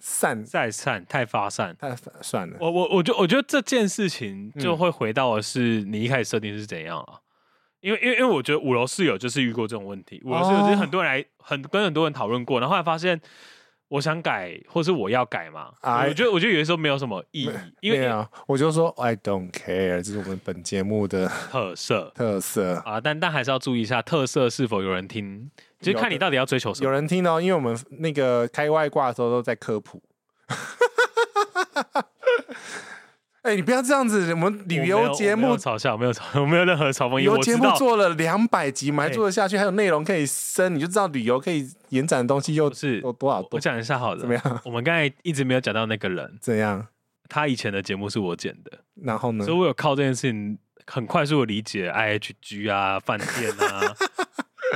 Speaker 2: 散，
Speaker 1: 再散，太发散。
Speaker 2: 太算了。
Speaker 1: 我我我就我觉得这件事情
Speaker 2: 嗯
Speaker 1: 就会回到的是你一开始设定是怎样啊？因为因为因为我觉得五楼室友就是遇过这种问题，五楼室友
Speaker 2: 哦
Speaker 1: 就是很多人来很跟很多人讨论过，然后后来发现我想改或是我要改嘛，
Speaker 2: 哎
Speaker 1: 我觉得我觉得有的时候没有什么意义，因
Speaker 2: 没
Speaker 1: 为
Speaker 2: 有，啊我就说 I don't care，这是我们本节目的
Speaker 1: 特色
Speaker 2: 特色。
Speaker 1: 啊，但但还是要注意一下特色是否有人听，就是看你到底要追求什
Speaker 2: 有
Speaker 1: 么。
Speaker 2: 人听哦，因为我们那个开外挂的时候都在科普。 哎、你不要这样子，我们旅游节
Speaker 1: 我没有我没
Speaker 2: 目
Speaker 1: 有嘲笑，我没有嘲，我没有任何嘲讽意
Speaker 2: 旅
Speaker 1: 义。
Speaker 2: 游
Speaker 1: 我
Speaker 2: 节
Speaker 1: 知
Speaker 2: 目
Speaker 1: 道，
Speaker 2: 做了两百集，我们还
Speaker 1: 哎
Speaker 2: 做得下去，还有内容可以深，你就知道旅游可以延展的东西又
Speaker 1: 不是
Speaker 2: 有多少
Speaker 1: 我
Speaker 2: 多
Speaker 1: 讲一下好了。
Speaker 2: 哦怎么样？
Speaker 1: 我们刚才一直没有讲到那个人，
Speaker 2: 怎样？
Speaker 1: 他以前的节目是我剪的，
Speaker 2: 然后呢
Speaker 1: 所以？我有靠这件事情很快速的理解 IHG 啊、饭店 啊。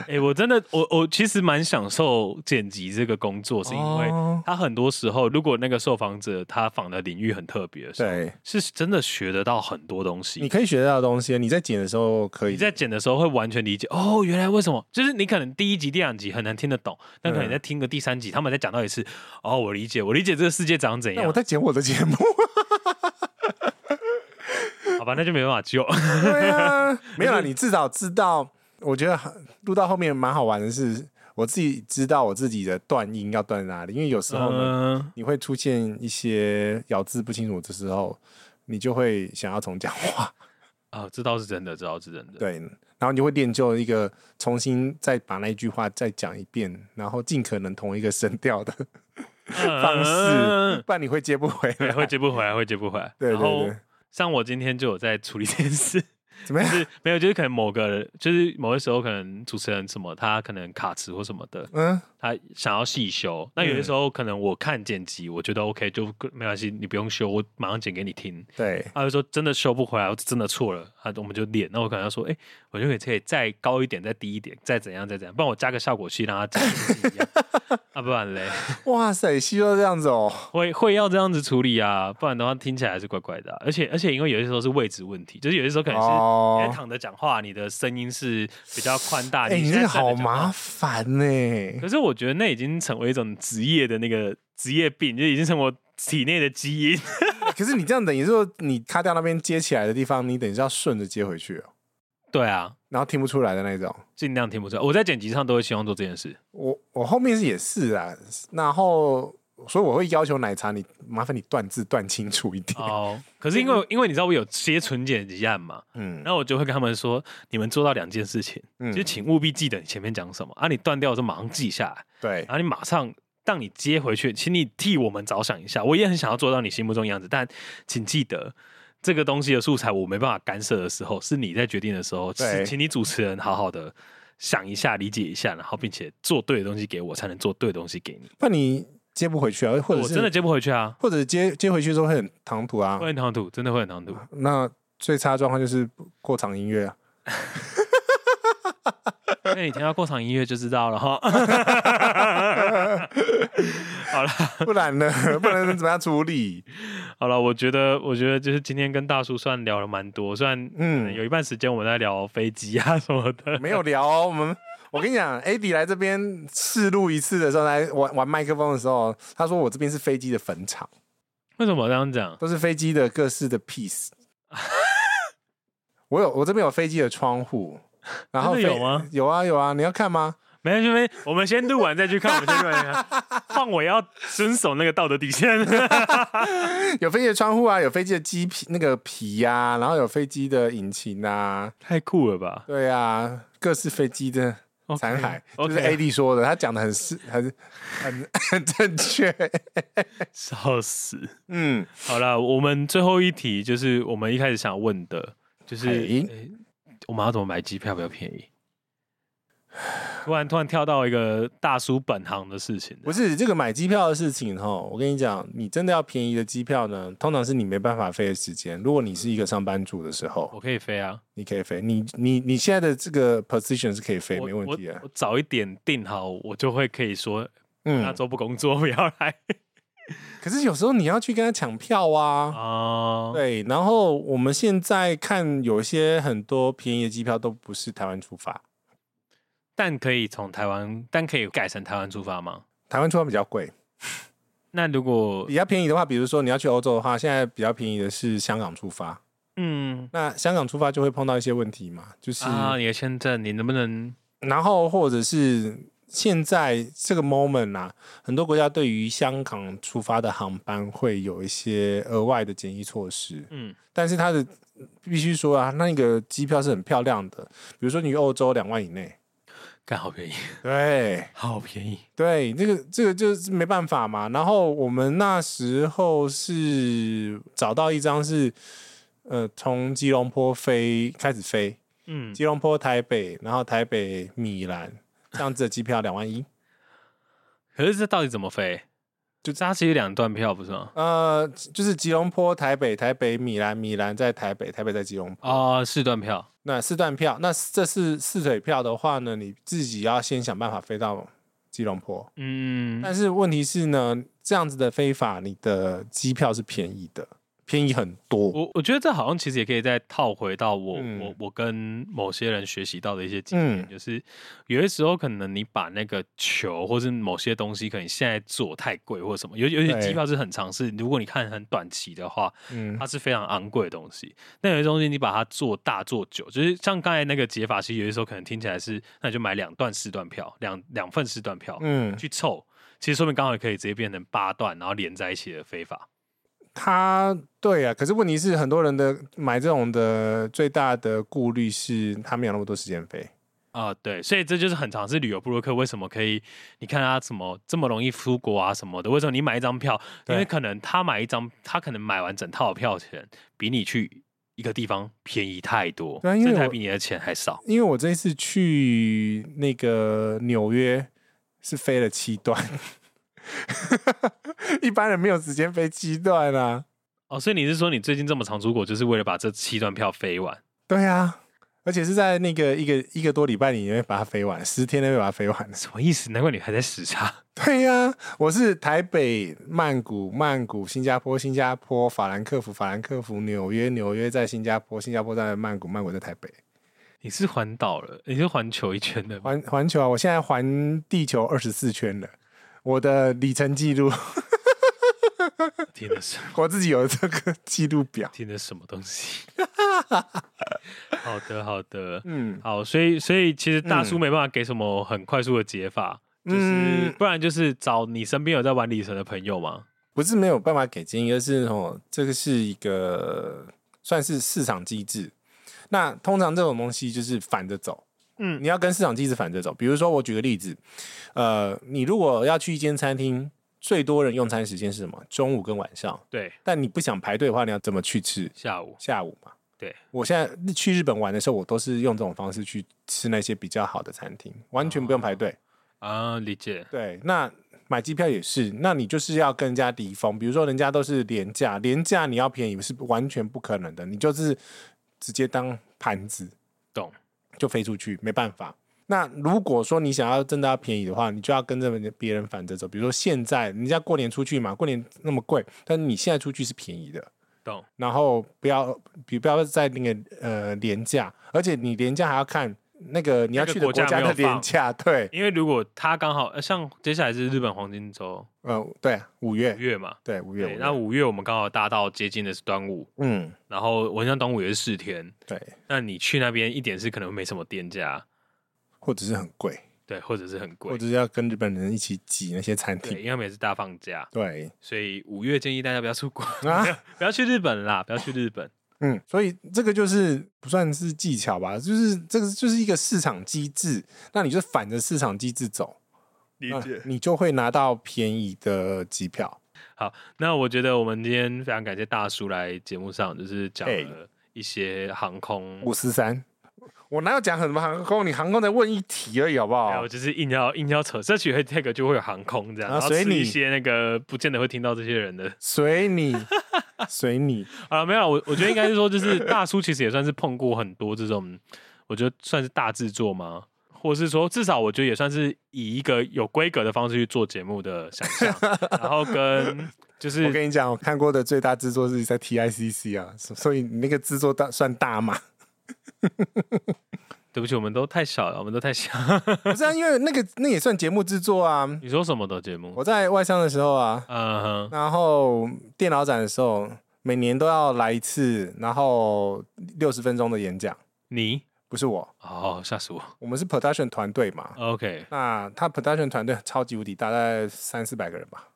Speaker 1: 哎、我真的，我我其实蛮享受剪辑这个工作，是因为
Speaker 2: 哦
Speaker 1: 他很多时候，如果那个受访者他访的领域很特别，，
Speaker 2: 对，
Speaker 1: 是真的学得到很多东
Speaker 2: 你
Speaker 1: 西。
Speaker 2: 可以学到的东西，你在剪的时候可以
Speaker 1: 你在剪啊的时候会完全理解哦，原来为什么？就是你可能第一集、第两集很难听得懂，但可能
Speaker 2: 嗯
Speaker 1: 你在听个第三集，他们再讲到一次，哦，我理解，我理解这个世界长怎
Speaker 2: 那我
Speaker 1: 样。
Speaker 2: 在剪我的节目，
Speaker 1: 好吧，那就没办法 救。
Speaker 2: 对啊， 没有啦，你至少知道，我觉得录到后面蛮好玩的是，我自己知道我自己的断音要断哪里，因为有时候呢，
Speaker 1: 嗯，
Speaker 2: 你会出现一些咬字不清楚的时候，你就会想要重讲 话，
Speaker 1: 啊，这倒是真的，这倒是真的。
Speaker 2: 对，然后你会练就一个重新再把那句话再讲一遍，然后尽可能同一个声调的方式，不然你会接不回
Speaker 1: 对，
Speaker 2: 来。
Speaker 1: 会接不回来，会接不回来。
Speaker 2: 对对
Speaker 1: 然后
Speaker 2: 对
Speaker 1: 像我今天就有在处理这件事，
Speaker 2: 怎么
Speaker 1: 就
Speaker 2: 样？
Speaker 1: 是没有，就是可能某个，就是某些时候可能主持人什么，他可能卡词或什么的，
Speaker 2: 嗯，
Speaker 1: 他想要细修。那有些时候可能我看剪辑，我觉得 OK 就没关系，你不用修，我马上剪给你听。
Speaker 2: 对，
Speaker 1: 他就说真的修不回来，我真的错了，他我们就练。那我可能要说，哎、我就可以可以再高一点，再低一点，再怎样再怎样，不然我加个效果器让它讲得是一样，啊，不然嘞，
Speaker 2: 哇塞，西柚这样子哦，
Speaker 1: 会会要这样子处理啊，不然的话听起来还是怪怪的啊、而且而且因为有些时候是位置问题，就是有些时候可能是
Speaker 2: 哦
Speaker 1: 你在躺着讲话，你的声音是比较宽大，
Speaker 2: 哎、你
Speaker 1: 现
Speaker 2: 这
Speaker 1: 在站
Speaker 2: 个
Speaker 1: 着
Speaker 2: 好
Speaker 1: 讲
Speaker 2: 麻
Speaker 1: 话。
Speaker 2: 烦呢、
Speaker 1: 可是我觉得那已经成为一种职业的那个职业病，就已经成为我体内的基因。
Speaker 2: 可是你这样等于说，你卡掉那边接起来的地方，你等于是要顺着接回去哦，
Speaker 1: 对啊，
Speaker 2: 然后听不出来的那种。
Speaker 1: 尽量听不出来。我在剪辑上都会希望做这件事。
Speaker 2: 我我后面是也是啊，然后所以我会要求奶茶你麻烦你断字断清楚一点。
Speaker 1: 哦， 可是因为因为你知道我有些纯剪辑案嘛，
Speaker 2: 嗯
Speaker 1: 然后我就会跟他们说，你们做到两件事情，
Speaker 2: 嗯
Speaker 1: 就请务必记得你前面讲什么啊，你断掉之后马上记下来，
Speaker 2: 对
Speaker 1: 然后你马上让你接回去，请你替我们着想一下，我也很想要做到你心目中的样子，但请记得。这个东西的素材我没办法干涉的时候，是你在决定的时候，
Speaker 2: 对
Speaker 1: 是请你主持人好好的想一下、理解一下，然后并且做对的东西给我，才能做对的东西给你。
Speaker 2: 那你接不回去啊，或者
Speaker 1: 我
Speaker 2: 是
Speaker 1: 真的接不回去啊，
Speaker 2: 或者接接回去之后会很唐突啊
Speaker 1: 会。很唐突，真的会很唐突。
Speaker 2: 那最差的状况就是过场音乐啊，
Speaker 1: 那你听到过场音乐就知道了哈。 好了
Speaker 2: 不然呢， 不然怎么样处理？
Speaker 1: 好了，我觉得我觉得就是今天跟大叔算聊了蛮多，虽然
Speaker 2: 嗯
Speaker 1: 有一半时间我们在聊飞机啊什么的，
Speaker 2: 没有聊哦，我们。我跟你讲，AD 来这边试录一次的时候，来玩玩麦克风的时候，他说我这边是飞机的坟场，
Speaker 1: 为什么这样讲？
Speaker 2: 都是飞机的各式的 piece。我有，我这边有飞机的窗户，然后
Speaker 1: 真的
Speaker 2: 飞
Speaker 1: 有吗？
Speaker 2: 有啊有啊，你要看吗？
Speaker 1: 没关系，没关系，我们先录完再去看，我们先录完再去看。放我要遵守那个道德底 线。
Speaker 2: 有飞机的窗户啊，有飞机的机皮那个皮呀、啊，然后有飞机的引擎啊，
Speaker 1: 太酷了吧！
Speaker 2: 对啊，各式飞机的
Speaker 1: OK，
Speaker 2: 残骸就是
Speaker 1: OK
Speaker 2: AD 说的，他讲的很是很很很正确。
Speaker 1: 笑死。
Speaker 2: 嗯，
Speaker 1: 好了，我们最后一题就是我们一开始想问的，就是、
Speaker 2: 哎
Speaker 1: 诶我们要怎么买机票比较便宜？突然突然跳到一个大叔本行的事情，
Speaker 2: 不是这个买机票的事情哈，我跟你讲，你真的要便宜的机票呢，通常是你没办法飞的时间。如果你是一个上班族的时候，
Speaker 1: 我可以飞啊，
Speaker 2: 你可以飞，你你你现在的这个 position 是可以飞，
Speaker 1: 我
Speaker 2: 没问题啊的
Speaker 1: 我。。我早一点定好，我就会可以说那
Speaker 2: 嗯，
Speaker 1: 周不工作，不要 来
Speaker 2: 可是有时候你要去跟他抢票啊。
Speaker 1: 啊。
Speaker 2: 对，然后我们现在看有些很多便宜的机票都不是台湾出发，
Speaker 1: 但可以从台湾，但可以改成台湾出发吗？
Speaker 2: 台湾出发比较贵。
Speaker 1: 那如果
Speaker 2: 比较便宜的话，比如说你要去欧洲的话，现在比较便宜的是香港出发。
Speaker 1: 嗯
Speaker 2: 那香港出发就会碰到一些问题嘛，就是、
Speaker 1: 啊，你的签证你能不能
Speaker 2: 然后或者是现在这个 moment 啊，很多国家对于香港出发的航班会有一些额外的检疫措施，
Speaker 1: 嗯
Speaker 2: 但是它的必须说啊，那个机票是很漂亮的，比如说你去欧洲两万以内，
Speaker 1: 干好便宜，
Speaker 2: 对。
Speaker 1: 好便宜，
Speaker 2: 对，这个这个就是没办法嘛。然后我们那时候是找到一张是，呃，从吉隆坡飞开始飞，
Speaker 1: 嗯，
Speaker 2: 吉隆坡台北，然后台北米兰这样子的机票两万一。
Speaker 1: 可是这到底怎么飞？就它其实两段票不是吗？
Speaker 2: 呃，就是吉隆坡台北，台北米兰，米兰在台北，台北在吉隆坡。
Speaker 1: 哦，四段票，
Speaker 2: 那四段票，那这是四腿票的话呢，你自己要先想办法飞到吉隆坡。
Speaker 1: 嗯，
Speaker 2: 但是问题是呢，这样子的飞法，你的机票是便宜的，便宜很多。
Speaker 1: 我我觉得这好像其实也可以再套回到我、
Speaker 2: 嗯
Speaker 1: 我我跟某些人学习到的一些经验，
Speaker 2: 嗯
Speaker 1: 就是有些时候可能你把那个球或是某些东西，可能现在做太贵或者什么，尤尤其
Speaker 2: 对
Speaker 1: 机票是很常是，如果你看很短期的话，
Speaker 2: 嗯
Speaker 1: 它是非常昂贵的东西。那有些东西你把它做大做久，就是像刚才那个解法，其实有些时候可能听起来是，那你就买两段四段票，两两份四段票、
Speaker 2: 嗯，
Speaker 1: 去凑，其实说明刚好也可以直接变成八段，然后连在一起的飞法。
Speaker 2: 他对啊，可是问题是，很多人的买这种的最大的顾虑是，他没有那么多时间飞。
Speaker 1: 啊、对，所以这就是很常是旅游布洛克为什么可以，你看他怎么这么容易出国啊什么的，为什么你买一张票，因为
Speaker 2: 对
Speaker 1: 可能他买一张，他可能买完整套的票钱比你去一个地方便宜太多，
Speaker 2: 对啊因为
Speaker 1: 甚至还
Speaker 2: 我
Speaker 1: 比你的钱还少。
Speaker 2: 因为我这一次去那个纽约是飞了七段， 一般人没有时间飞七段啊。
Speaker 1: 哦，所以你是说你最近这么常出国，就是为了把这七段票飞完？
Speaker 2: 对啊，而且是在那个一个一个多礼拜里面把它飞完，十天内会把它飞完。
Speaker 1: 什么意思？难怪你还在时差。
Speaker 2: 对呀、我是台北、曼谷、曼谷、新加坡、新加坡、法兰克福、法兰克福、纽约、纽约在新加坡，新加坡在曼谷，曼谷在台北，
Speaker 1: 你是环岛了，你是环球一圈的吗，
Speaker 2: 环环球啊！我现在环地球二十四圈了，我的里程记录，
Speaker 1: 听的什么？
Speaker 2: 我自己有这个 记录表。
Speaker 1: 听的什么东西？ 好的，好的，
Speaker 2: 嗯，
Speaker 1: 好，所以所以其实大叔没办法给什么很快速的解法，
Speaker 2: 嗯
Speaker 1: 就是不然就是找你身边有在玩里程的朋友嘛。
Speaker 2: 不是没有办法给建议，而是哦，这个是一个算是市场机制。那通常这种东西就是反着走，
Speaker 1: 嗯
Speaker 2: 你要跟市场机制反着走。比如说，我举个例子，呃，你如果要去一间餐厅，最多人用餐时间是什么？中午跟晚上。
Speaker 1: 对，
Speaker 2: 但你不想排队的话，你要怎么去吃？
Speaker 1: 下午
Speaker 2: 下午嘛。
Speaker 1: 对，
Speaker 2: 我现在去日本玩的时候，我都是用这种方式去吃那些比较好的餐厅，完全不用排队。
Speaker 1: 啊，理解。
Speaker 2: 对，那买机票也是，那你就是要跟人家敌锋，比如说人家都是廉价，廉价你要便宜是完全不可能的，你就是直接当盘子，
Speaker 1: 懂？
Speaker 2: 就飞出去，没办法。那如果说你想要真的要便宜的话，你就要跟着别人反着走。比如说现在人家过年出去嘛，过年那么贵，但是你现在出去是便宜的，
Speaker 1: 懂？
Speaker 2: 然后不要，比不要在那个呃廉价，而且你廉价还要看那个你要
Speaker 1: 那个
Speaker 2: 去的
Speaker 1: 国
Speaker 2: 国
Speaker 1: 家
Speaker 2: 家
Speaker 1: 没有
Speaker 2: 的廉
Speaker 1: 放
Speaker 2: 价，对，
Speaker 1: 因为如果他刚好呃像接下来是日本黄金周
Speaker 2: 呃，对，五
Speaker 1: 五
Speaker 2: 月，
Speaker 1: 月嘛，
Speaker 2: 对，五月，
Speaker 1: 对，
Speaker 2: 五
Speaker 1: 那
Speaker 2: 月
Speaker 1: 五月我们刚好搭到接近的是端午，
Speaker 2: 嗯，
Speaker 1: 然后我印象端午也是四天，
Speaker 2: 对，
Speaker 1: 那你去那边一点是可能没什么店家，
Speaker 2: 或者是很贵，
Speaker 1: 对，或者是很贵
Speaker 2: 或，者是要跟日本人一起挤那些餐
Speaker 1: 对，
Speaker 2: 厅，
Speaker 1: 因为我们也是大放假，
Speaker 2: 对
Speaker 1: 所以五月建议大家不要出国，
Speaker 2: 啊，
Speaker 1: 不要去日本 啦，不要去日本，
Speaker 2: 嗯，所以这个就是不算是技巧吧，就是这个就是一个市场机制，那你就反着市场机制走，
Speaker 1: 理
Speaker 2: 那。你就会拿到便宜的机票。
Speaker 1: 那我觉得我们今天非常感谢大叔来节目上，就是讲
Speaker 2: 哎
Speaker 1: 了一些航空。
Speaker 2: 五四三，我哪有讲什么航空？你航空在问一题而已，好不
Speaker 1: 然
Speaker 2: 好
Speaker 1: 后？就是硬要硬要扯，这曲会 tag 就会有航空这样，
Speaker 2: 啊
Speaker 1: 然后
Speaker 2: 所以
Speaker 1: 吃一
Speaker 2: 你
Speaker 1: 些那个不见得会听到这些人的
Speaker 2: 随你， 随你。
Speaker 1: 啊，没有，我我觉得应该是说，就是 大叔其实也算是碰过很多这种，我觉得算是大制作嘛，或是说至少我觉得也算是以一个有规格的方式去做节目的想象，然后跟 就是
Speaker 2: 我跟你讲，我看过的最大制作是在 TICC 啊，所所以你那个制作大算大嘛？
Speaker 1: 对不起，我们都太小了，我们都太小。
Speaker 2: 不是啊，因为那个那也算节目制作啊。
Speaker 1: 你说什么的节目？
Speaker 2: 我在外商的时候啊，
Speaker 1: 嗯哼，
Speaker 2: 然后电脑展的时候，每年都要来一次，然后六十分钟的演讲，
Speaker 1: 你
Speaker 2: 不是我，
Speaker 1: 哦，吓死我。
Speaker 2: 我们是 production 团队嘛。
Speaker 1: OK，
Speaker 2: 那他 production 团队超级无敌大，大概三四百个人吧。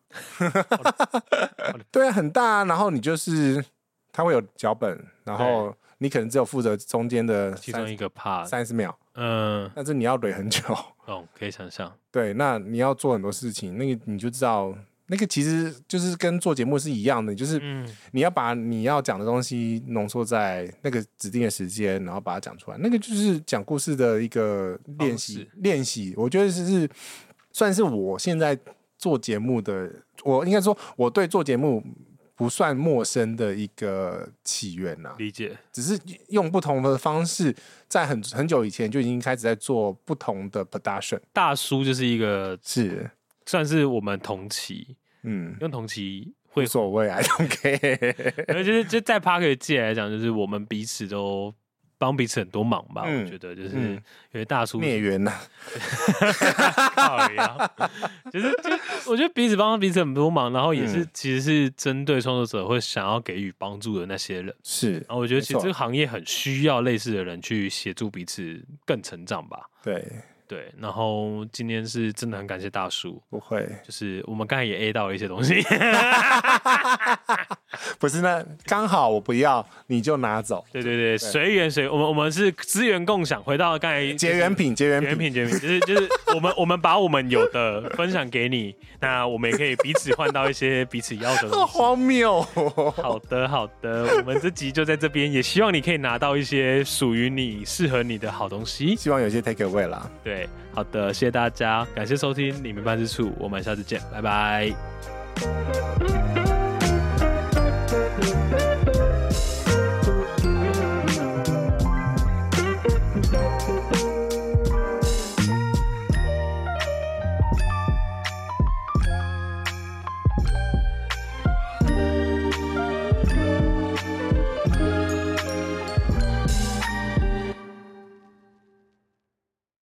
Speaker 2: 对啊，很大、啊。然后你就是他会有脚本，然后你可能只有负责中间的
Speaker 1: 其中一
Speaker 2: 三
Speaker 1: 个啊 part，
Speaker 2: 三十秒，
Speaker 1: 嗯，
Speaker 2: 但是你要怼很久。
Speaker 1: 哦，可以想象，
Speaker 2: 对，那你要做很多事情，那个你就知道，那个其实就是跟做节目是一样的，你就是
Speaker 1: 嗯，
Speaker 2: 你要把你要讲的东西浓缩在那个指定的时间，然后把它讲出来，那个就是讲故事的一个练
Speaker 1: 方
Speaker 2: 习
Speaker 1: 式。
Speaker 2: 练习，我觉得是是算是我现在做节目的，我应该说我对做节目不算陌生的一个起源呐、
Speaker 1: 理解，
Speaker 2: 只是用不同的方式，在很很久以前就已经开始在做不同的 production。
Speaker 1: 大叔就是一个
Speaker 2: 是，
Speaker 1: 算是我们同期，
Speaker 2: 嗯，
Speaker 1: 用同期
Speaker 2: 无
Speaker 1: 会
Speaker 2: 所谓，I don't care。
Speaker 1: 而就是就在 Parker 界来讲，就是我们彼此都帮彼此很多忙吧。
Speaker 2: 嗯
Speaker 1: 我觉得就是
Speaker 2: 嗯
Speaker 1: 因为大叔
Speaker 2: 孽缘呐、
Speaker 1: 靠呀， 就是就我觉得彼此帮彼此很多忙，然后也是、
Speaker 2: 嗯
Speaker 1: 其实是针对创作者会想要给予帮助的那些人。
Speaker 2: 是
Speaker 1: 然后我觉得其实
Speaker 2: 没错
Speaker 1: 这个行业很需要类似的人去协助彼此更成长吧。
Speaker 2: 对，
Speaker 1: 对，然后今天是真的很感谢大叔，
Speaker 2: 不会。
Speaker 1: 就是我们刚才也 A 到了一些东西。
Speaker 2: 不是那刚好我不要，你就拿走。
Speaker 1: 对对对，随缘随，我们我们是资源共享。回到刚才就是
Speaker 2: 结缘品，结缘
Speaker 1: 原
Speaker 2: 品，
Speaker 1: 品原品，就是就是我们我们把我们有的分享给你，那我们也可以彼此换到一些彼此要的
Speaker 2: 好
Speaker 1: 东西。
Speaker 2: 荒谬、 哦。
Speaker 1: 好的，好的，我们这集就在这边，也希望你可以拿到一些属于你、适合你的好东西。
Speaker 2: 希望有些 take away 啦，
Speaker 1: 对，好的，谢谢大家，感谢收听《你们办事处》，我们下次见，拜拜。